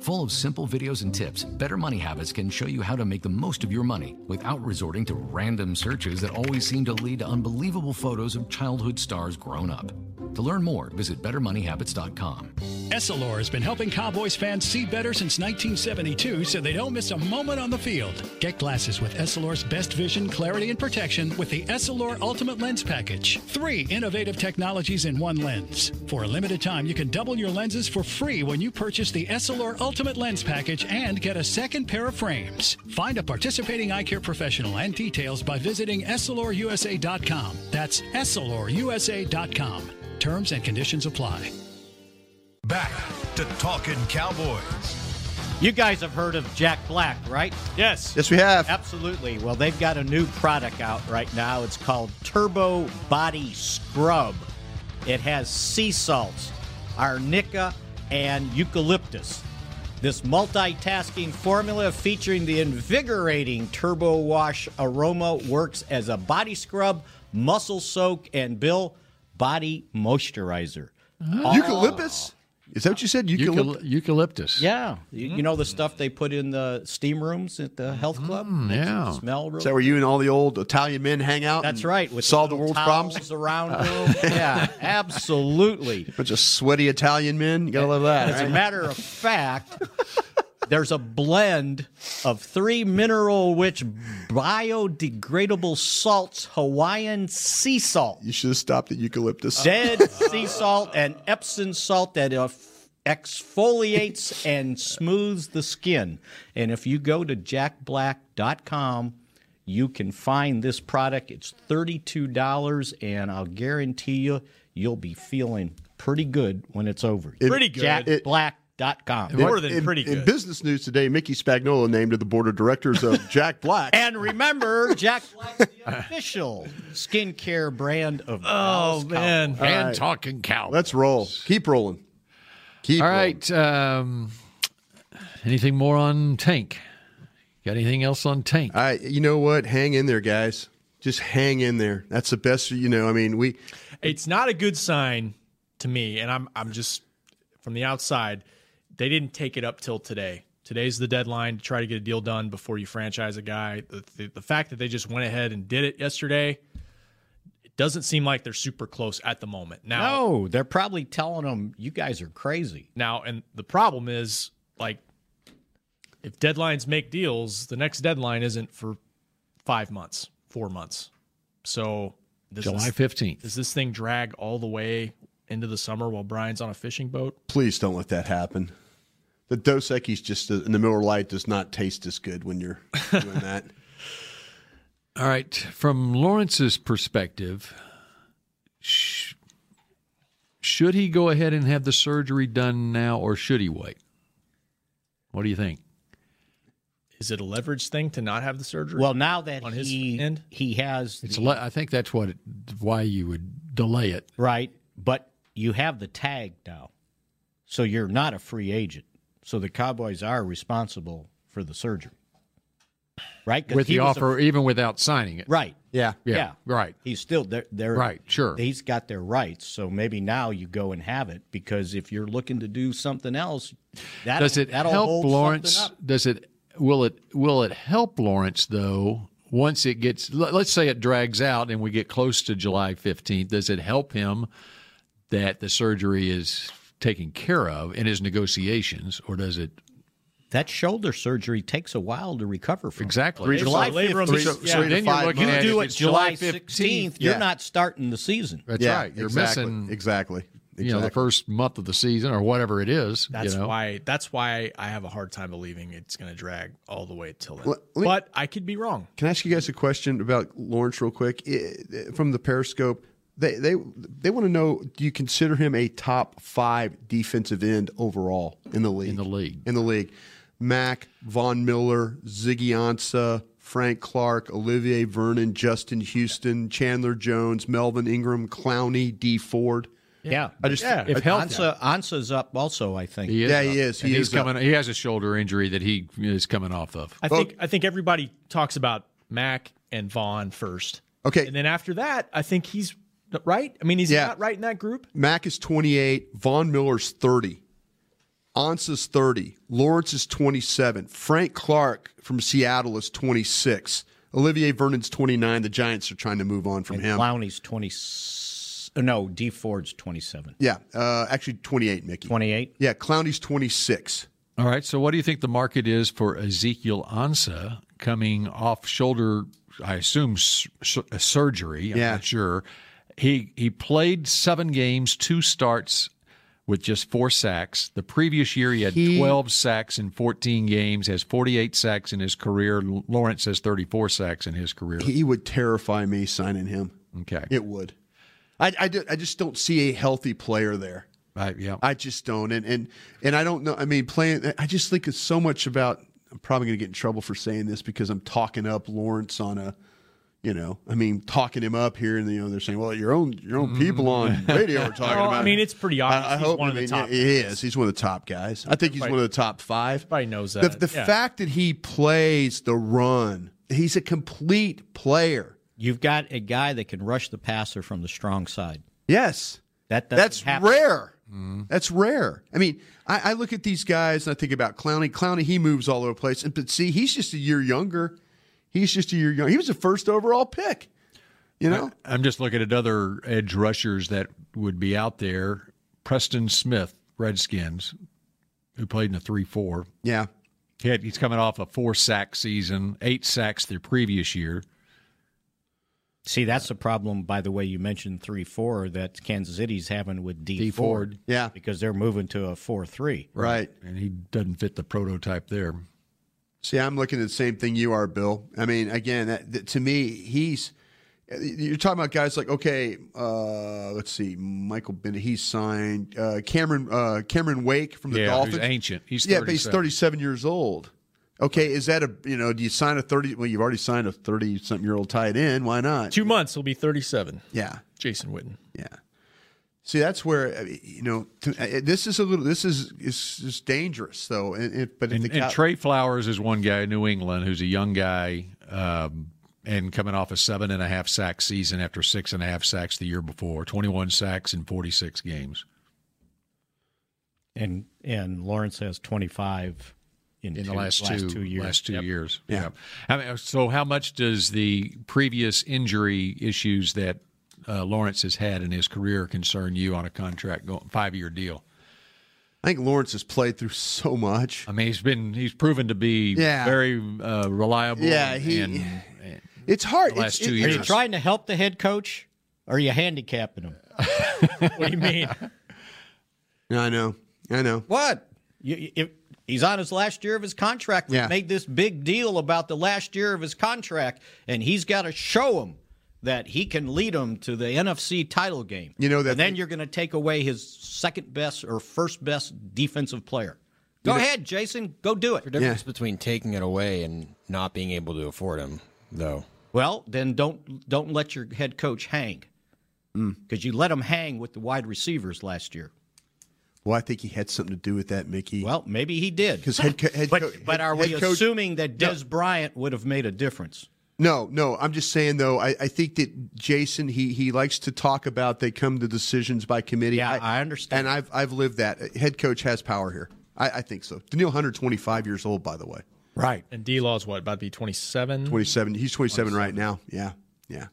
Speaker 18: Full of simple videos and tips, Better Money Habits can show you how to make the most of your money without resorting to random searches that always seem to lead to unbelievable photos of childhood stars grown up. To learn more, visit BetterMoneyHabits.com.
Speaker 12: Essilor has been helping Cowboys fans see better since 1972 so they don't miss a moment on the field. Get glasses with Essilor's best vision, clarity, and protection with the Essilor Ultimate Lens Package. Three innovative technologies in one lens. For a limited time, you can double your lenses for free when you purchase the Essilor Ultimate Lens Package and get a second pair of frames. Find a participating eye care professional and details by visiting EssilorUSA.com. That's EssilorUSA.com. Terms and conditions apply.
Speaker 1: Back to Talking Cowboys.
Speaker 7: You guys have heard of Jack Black, right?
Speaker 6: Yes.
Speaker 5: Yes, we have.
Speaker 7: Absolutely. Well, they've got a new product out right now. It's called Turbo Body Scrub. It has sea salts, arnica, and eucalyptus. This multitasking formula featuring the invigorating Turbo Wash aroma works as a body scrub, muscle soak, and Bill body moisturizer.
Speaker 5: Eucalyptus? Is that what you said? Eucalyptus?
Speaker 4: eucalyptus.
Speaker 7: Yeah. You, you know the stuff they put in the steam rooms at the health club? Makes it
Speaker 5: yeah.
Speaker 7: Smell real
Speaker 5: Is that where you and all the old Italian men hang out?
Speaker 7: That's
Speaker 5: and
Speaker 7: right, with
Speaker 5: Mm. solve the world's
Speaker 7: towels
Speaker 5: problems.
Speaker 7: around them. Yeah, absolutely.
Speaker 5: Bunch of sweaty Italian men. You gotta love that.
Speaker 7: As a
Speaker 5: right?
Speaker 7: matter of fact, there's a blend of three mineral rich biodegradable salts, Hawaiian sea salt,
Speaker 5: you should have stopped at eucalyptus.
Speaker 7: dead sea salt, and Epsom salt that eff- exfoliates and smooths the skin. And if you go to jackblack.com, you can find this product. It's $32, and I'll guarantee you, you'll be feeling pretty good when it's over.
Speaker 5: It- Pretty good. It-
Speaker 7: Jackblack.com.
Speaker 5: In- in, In business news today, Mickey Spagnola named to the board of directors of Jack Black.
Speaker 7: And remember, Jack Black's the official skincare brand of Dallas Cowboys.
Speaker 5: All right. Let's roll. Keep rolling. Keep
Speaker 4: All
Speaker 5: rolling.
Speaker 4: right. Um, anything more on Tank? Got anything else on Tank?
Speaker 5: I, you know what? Hang in there, guys. Just hang in there. That's the best. You know, I mean, we.
Speaker 6: It's not a good sign to me, and I'm I'm just from the outside. They didn't take it up till today. Today's the deadline to try to get a deal done before you franchise a guy. The, the, the fact that they just went ahead and did it yesterday, it doesn't seem like they're super close at the moment. Now,
Speaker 7: No, they're probably telling them you guys are crazy.
Speaker 6: now, and the problem is like, if deadlines make deals, the next deadline isn't for five months, four months. So does
Speaker 4: July
Speaker 6: this-
Speaker 4: 15th.
Speaker 6: Does this thing drag all the way into the summer while Brian's on a fishing boat?
Speaker 5: Please don't let that happen. The Dos Equis just in the Miller Lite does not taste as good when you're doing that.
Speaker 4: All right. From Lawrence's perspective, sh- should he go ahead and have the surgery done now or should he wait? What do you think?
Speaker 6: Is it a leverage thing to not have the surgery?
Speaker 7: Well, now that
Speaker 6: on his
Speaker 7: he
Speaker 6: end,
Speaker 7: he has
Speaker 4: It's
Speaker 7: the-
Speaker 4: le- I think that's what it, why you would delay it.
Speaker 7: right, but you have the tag now, so you're not a free agent. So the Cowboys are responsible for the surgery, right? 'Cause
Speaker 4: With
Speaker 7: he
Speaker 4: the
Speaker 7: was a-
Speaker 4: offer, even without signing it.
Speaker 7: right?
Speaker 5: Yeah.
Speaker 4: Yeah,
Speaker 7: yeah,
Speaker 4: right.
Speaker 7: He's still there. They're,
Speaker 4: Right, sure.
Speaker 7: He's got their rights, so maybe now you go and have it because if you're looking to do something else, that
Speaker 4: does it
Speaker 7: that'll
Speaker 4: help
Speaker 7: hold
Speaker 4: Lawrence?
Speaker 7: something up.
Speaker 4: Does it will it will it help Lawrence though? Once it gets, let- let's say it drags out and we get close to July fifteenth, does it help him that the surgery is taken care of in his negotiations, or does it?
Speaker 7: That shoulder surgery takes a while to recover from.
Speaker 4: Exactly.
Speaker 7: Three to July
Speaker 4: five- three-
Speaker 7: 15th.
Speaker 4: so- so
Speaker 7: Yeah.
Speaker 4: then you're looking
Speaker 7: you
Speaker 4: at
Speaker 7: do
Speaker 4: if
Speaker 7: it
Speaker 4: it's
Speaker 7: July
Speaker 4: July
Speaker 7: 16th.
Speaker 4: 15th,
Speaker 7: You're
Speaker 4: yeah.
Speaker 7: not starting the season.
Speaker 4: That's
Speaker 5: Yeah,
Speaker 4: right. You're
Speaker 5: exactly.
Speaker 4: missing
Speaker 5: exactly.
Speaker 4: you know the
Speaker 5: Exactly.
Speaker 4: first month of the season or whatever it is.
Speaker 6: That's
Speaker 4: you know?
Speaker 6: why. That's why I have a hard time believing it's going to drag all the way till then.
Speaker 5: Let- let me-
Speaker 6: but I could be wrong.
Speaker 5: Can I ask you guys a question about Lawrence real quick I- from the Periscope? They they they want to know: Do you consider him a top five defensive end overall in the league? In the
Speaker 4: league,
Speaker 5: in the league, Mac Von Miller, Ziggy Ansah, Frank Clark, Olivier Vernon, Justin Houston, Chandler Jones, Melvin Ingram, Clowney, D Ford.
Speaker 7: Yeah,
Speaker 5: I just- Yeah.
Speaker 7: if
Speaker 5: I-
Speaker 7: Ansa, Ansa's up also, I think.
Speaker 5: He is Yeah, he up. is.
Speaker 4: And he's coming. He has a shoulder injury that he is coming off of.
Speaker 6: I think I think everybody talks about Mac and Vaughn first.
Speaker 5: Okay.
Speaker 6: And then after that, I think he's right. I mean, he's
Speaker 5: Yeah.
Speaker 6: not right in that group.
Speaker 5: Mac is 28. Von Miller's 30. Ansa's 30. Lawrence is 27. Frank Clark from Seattle is 26. Olivier Vernon's 29. The Giants are trying to move on from him.
Speaker 7: Clowney's 20. No, D Ford's 27.
Speaker 5: Yeah, uh, actually 28, Mickey.
Speaker 7: 28?
Speaker 5: Yeah, Clowney's 26.
Speaker 4: All right. So, what do you think the market is for Ezekiel Ansa coming off shoulder? I assume s- s- surgery. I'm not sure. He he played seven games, two starts with just four sacks. The previous year, he had
Speaker 5: He-
Speaker 4: 12 sacks in 14 games. Has 48 sacks in his career. L- Lawrence has 34 sacks in his career.
Speaker 5: He would terrify me signing him.
Speaker 4: Okay.
Speaker 5: It would. I, I, do- I just don't see a healthy player there.
Speaker 4: Right, yeah.
Speaker 5: I just don't. And, and and I don't know. I mean, playing, I just think it's so much about. I'm probably going to get in trouble for saying this because I'm talking up Lawrence on a, you know, I mean, talking him up here, and you know, they're saying, well, your own your own people on radio are talking
Speaker 6: Well,
Speaker 5: about.
Speaker 6: I mean, it's pretty obvious. he's one of the top.
Speaker 5: He is. He's one of the top guys. I think he's
Speaker 6: Right.
Speaker 5: one of the top five.
Speaker 6: Everybody knows
Speaker 5: The,
Speaker 6: that.
Speaker 5: the
Speaker 6: Yeah.
Speaker 5: fact that he plays the run, he's a complete player.
Speaker 7: You've got a guy that can rush the passer from the strong side.
Speaker 5: Yes.
Speaker 7: That doesn't
Speaker 5: That's
Speaker 7: happen.
Speaker 5: rare. That's rare. I mean, I, I look at these guys and I think about Clowney. Clowney, he moves all over the place. And but see, he's just a year younger. He's just a year younger. He was the first overall pick. You know?
Speaker 4: I, am just looking at other edge rushers that would be out there. Preston Smith, Redskins, who played in a three-four.
Speaker 5: Yeah,
Speaker 4: he had, he's coming off a four-sack season, eight sacks the previous year.
Speaker 7: See, that's the problem, by the way, you mentioned 3 4 that Kansas City's having with D, Ford.
Speaker 5: Yeah.
Speaker 7: Because they're moving to a 4 3.
Speaker 5: Right.
Speaker 4: And he doesn't fit the prototype there.
Speaker 5: See, I'm looking at the same thing you are, Bill. I mean, again, that, that, to me, he's. You're talking about guys like okay, uh, let's see, Michael Bennett. He's signed uh, Cameron uh, Cameron Wake from the
Speaker 4: Yeah, who's
Speaker 5: Dolphins.
Speaker 4: ancient. He's
Speaker 5: yeah, but he's
Speaker 4: 37.
Speaker 5: 37 years old. Okay, is that a you know? Do you sign a 30? Well, you've already signed a 30 something year old tight end. Why not?
Speaker 6: Two months, he'll be 37.
Speaker 5: Yeah,
Speaker 6: Jason Witten.
Speaker 5: Yeah. See, that's where I mean, you know to, uh, this is a little. This is is, is dangerous though. And, it, but if
Speaker 4: And,
Speaker 5: the
Speaker 4: and
Speaker 5: Cow-
Speaker 4: Trey Flowers is one guy in New England who's a young guy um, and coming off a seven and a half sack season after six and a half sacks the year before, 21 sacks in 46 games.
Speaker 7: And, and Lawrence has 25 in,
Speaker 4: in
Speaker 7: two-
Speaker 4: the last, two,
Speaker 7: years.
Speaker 4: Last two
Speaker 7: Yep.
Speaker 4: years.
Speaker 7: Yeah.
Speaker 4: I mean, so how much does the previous injury issues that uh, Lawrence has had in his career concern you on a contract going five year deal?
Speaker 5: I think Lawrence has played through so much.
Speaker 4: I mean, he's been he's proven to be
Speaker 5: Yeah.
Speaker 4: very uh, reliable.
Speaker 5: Yeah, he-
Speaker 4: and-
Speaker 5: it's hard.
Speaker 4: the last
Speaker 5: It's-
Speaker 4: two
Speaker 5: it-
Speaker 7: Are
Speaker 4: years.
Speaker 7: you trying to help the head coach? Or are you handicapping him? what do you mean?
Speaker 5: I know. I know.
Speaker 7: What? You, you- if he's on his last year of his contract. We
Speaker 5: Yeah.
Speaker 7: made this big deal about the last year of his contract, and he's got to show him that he can lead him to the NFC title game.
Speaker 5: You know that
Speaker 7: and then you're going to take away his second best or first best defensive player. Go
Speaker 19: You know-
Speaker 7: ahead, Jason. Go do it.
Speaker 19: The difference between taking it away and not being able to afford him, though.
Speaker 7: Well, then don't don't let your head coach hang
Speaker 5: Mm.
Speaker 7: because you let him hang with the wide receivers last year.
Speaker 5: Well, I think he had something to do with that, Mickey.
Speaker 7: Well, maybe he did.
Speaker 5: Because head, co- head
Speaker 7: but,
Speaker 5: co-
Speaker 7: but are
Speaker 5: head
Speaker 7: we
Speaker 5: coach-
Speaker 7: assuming that Des Bryant would have made a difference?
Speaker 5: No, no. I'm just saying though. I, I think that Jason he he likes to talk about they come to decisions by committee. Yeah, I,
Speaker 7: understand.
Speaker 5: And I've I've lived that. Head coach has power here. I, I think so. Daniil Hunter, 25 years old, by the way.
Speaker 19: Right.
Speaker 6: And D Law's what, about to be 27?
Speaker 5: 27. He's 27, right now. Yeah. Yeah.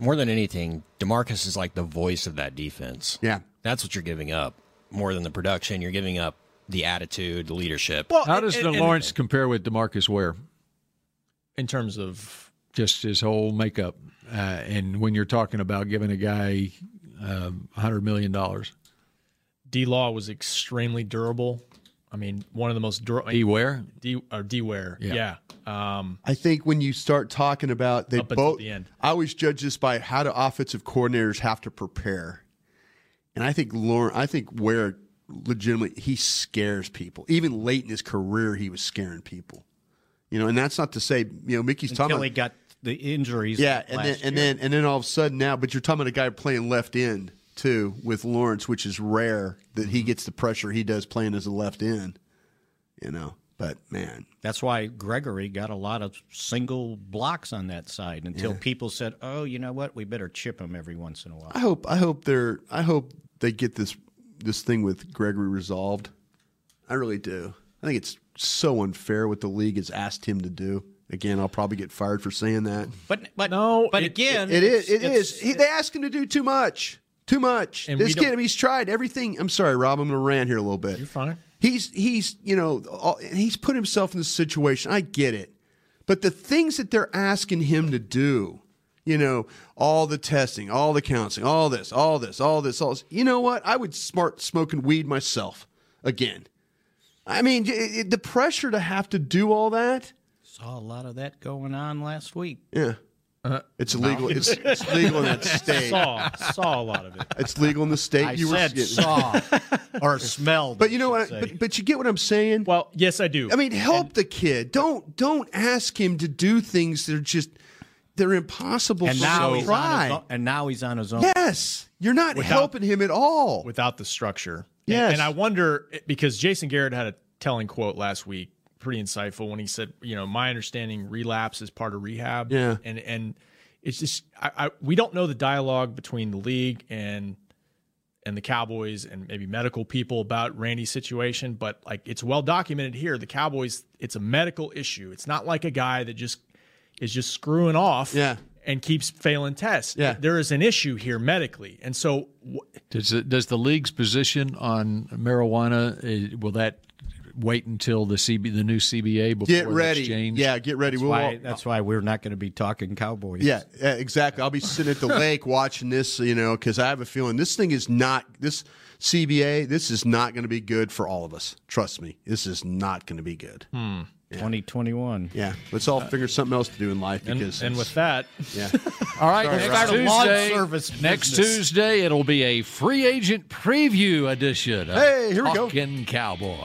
Speaker 19: More than anything, Demarcus is like the voice of that defense.
Speaker 5: Yeah.
Speaker 19: That's what you're giving up. More than the production, you're giving up the attitude, the leadership.
Speaker 4: how does the Lawrence compare with Demarcus Ware?
Speaker 6: In terms of
Speaker 4: just his whole makeup, uh, and when you're talking about giving a guy um, hundred million dollars,
Speaker 6: D Law was extremely durable. I mean, one of the most dro-
Speaker 4: Beware?
Speaker 6: D or Dware. Yeah. Um,
Speaker 5: I think when you start talking about they
Speaker 6: Up until
Speaker 5: both,
Speaker 6: the end.
Speaker 5: I always judge this by how do offensive coordinators have to prepare, and I think Lauren, I think where legitimately he scares people. Even late in his career, he was scaring people. You know, and that's not to say you know Mickey's talking.
Speaker 7: Until
Speaker 5: about-
Speaker 7: he got the injuries.
Speaker 5: yeah, and then
Speaker 7: last
Speaker 5: and
Speaker 7: year.
Speaker 5: then and then all of a sudden now, but you're talking about a guy playing left end too with Lawrence, which is rare that
Speaker 6: Mm-hmm.
Speaker 5: he gets the pressure he does playing as a left end. You know, but man,
Speaker 7: That's why Gregory got a lot of single blocks on that side until
Speaker 5: Yeah.
Speaker 7: people said, "Oh, you know what? We better chip him every once in a while."
Speaker 5: I hope I hope they're I hope they get this this thing with Gregory resolved. I really do. I think it's so unfair what the league has asked him to do. Again, I'll probably get fired for saying that.
Speaker 7: But but no, but again,
Speaker 5: It is. It
Speaker 7: it's-
Speaker 5: is. He, they ask him to do too much. Too much.
Speaker 7: And we
Speaker 5: this
Speaker 7: don't-
Speaker 5: kid, I mean, he's tried everything. I'm sorry, Rob. I'm going to rant here a little bit. You're
Speaker 6: fine.
Speaker 5: He's he's you know all, and he's put himself in this situation. I get it, but the things that they're asking him to do, you know, all the testing, all the counseling, all this, all this, all this, all this. You know what? I would smart smoking weed myself again. I mean, it, it- the pressure to have to do all that.
Speaker 7: Saw a lot of that going on last week.
Speaker 5: Yeah. it's illegal. It's, it's legal in that state.
Speaker 6: Saw saw a lot of it.
Speaker 5: It's legal in the state.
Speaker 6: I
Speaker 5: you
Speaker 6: said
Speaker 5: were getting-
Speaker 6: saw.
Speaker 7: or smelled.
Speaker 5: But you know what? I- But, but you get what I'm saying.
Speaker 6: Well, yes, I do.
Speaker 5: I mean, help the kid. Don't don't ask him to do things that are just they're impossible
Speaker 7: and
Speaker 5: for
Speaker 7: now
Speaker 5: him to
Speaker 7: he's on
Speaker 5: try.
Speaker 7: his own, and now he's on his own.
Speaker 5: Yes, you're not
Speaker 6: Without-
Speaker 5: helping him at all.
Speaker 6: without the structure.
Speaker 5: Yes.
Speaker 6: And, and I wonder because Jason Garrett had a telling quote last week, pretty insightful when he said, you know, my understanding relapse is part of rehab.
Speaker 5: Yeah.
Speaker 6: And and it's just I, I we don't know the dialogue between the league and and the Cowboys and maybe medical people about Randy's situation, but like it's well documented here. The Cowboys, it's a medical issue. It's not like a guy that just is just screwing off
Speaker 5: Yeah.
Speaker 6: and keeps failing tests.
Speaker 4: Yeah.
Speaker 6: There is an issue here medically. And so
Speaker 4: Does the, does the league's position on marijuana uh, will that wait until the CB the new CBA before
Speaker 5: Get
Speaker 4: it's
Speaker 5: ready.
Speaker 4: changed?
Speaker 5: Yeah, get ready.
Speaker 4: That's
Speaker 5: we'll
Speaker 4: why-
Speaker 5: all-
Speaker 7: That's why we're not going to be talking Cowboys.
Speaker 5: Yeah, yeah, exactly. I'll be sitting at the lake watching this, you know, because I have a feeling this thing is not this CBA. This is not going to be good for all of us. Trust me, this is not going to be good.
Speaker 7: Hmm. 2021.
Speaker 5: Yeah, let's all figure something else to do in life
Speaker 6: And,
Speaker 5: because
Speaker 6: and
Speaker 5: it's-
Speaker 6: with that,
Speaker 5: yeah.
Speaker 4: All right,
Speaker 5: Sorry,
Speaker 4: next
Speaker 5: Rob.
Speaker 4: Tuesday,
Speaker 5: Lawn
Speaker 7: service
Speaker 4: next
Speaker 7: business.
Speaker 4: Tuesday it'll be a free agent preview edition. Of
Speaker 1: Hey, here we go.
Speaker 4: Talkin' Cowboys.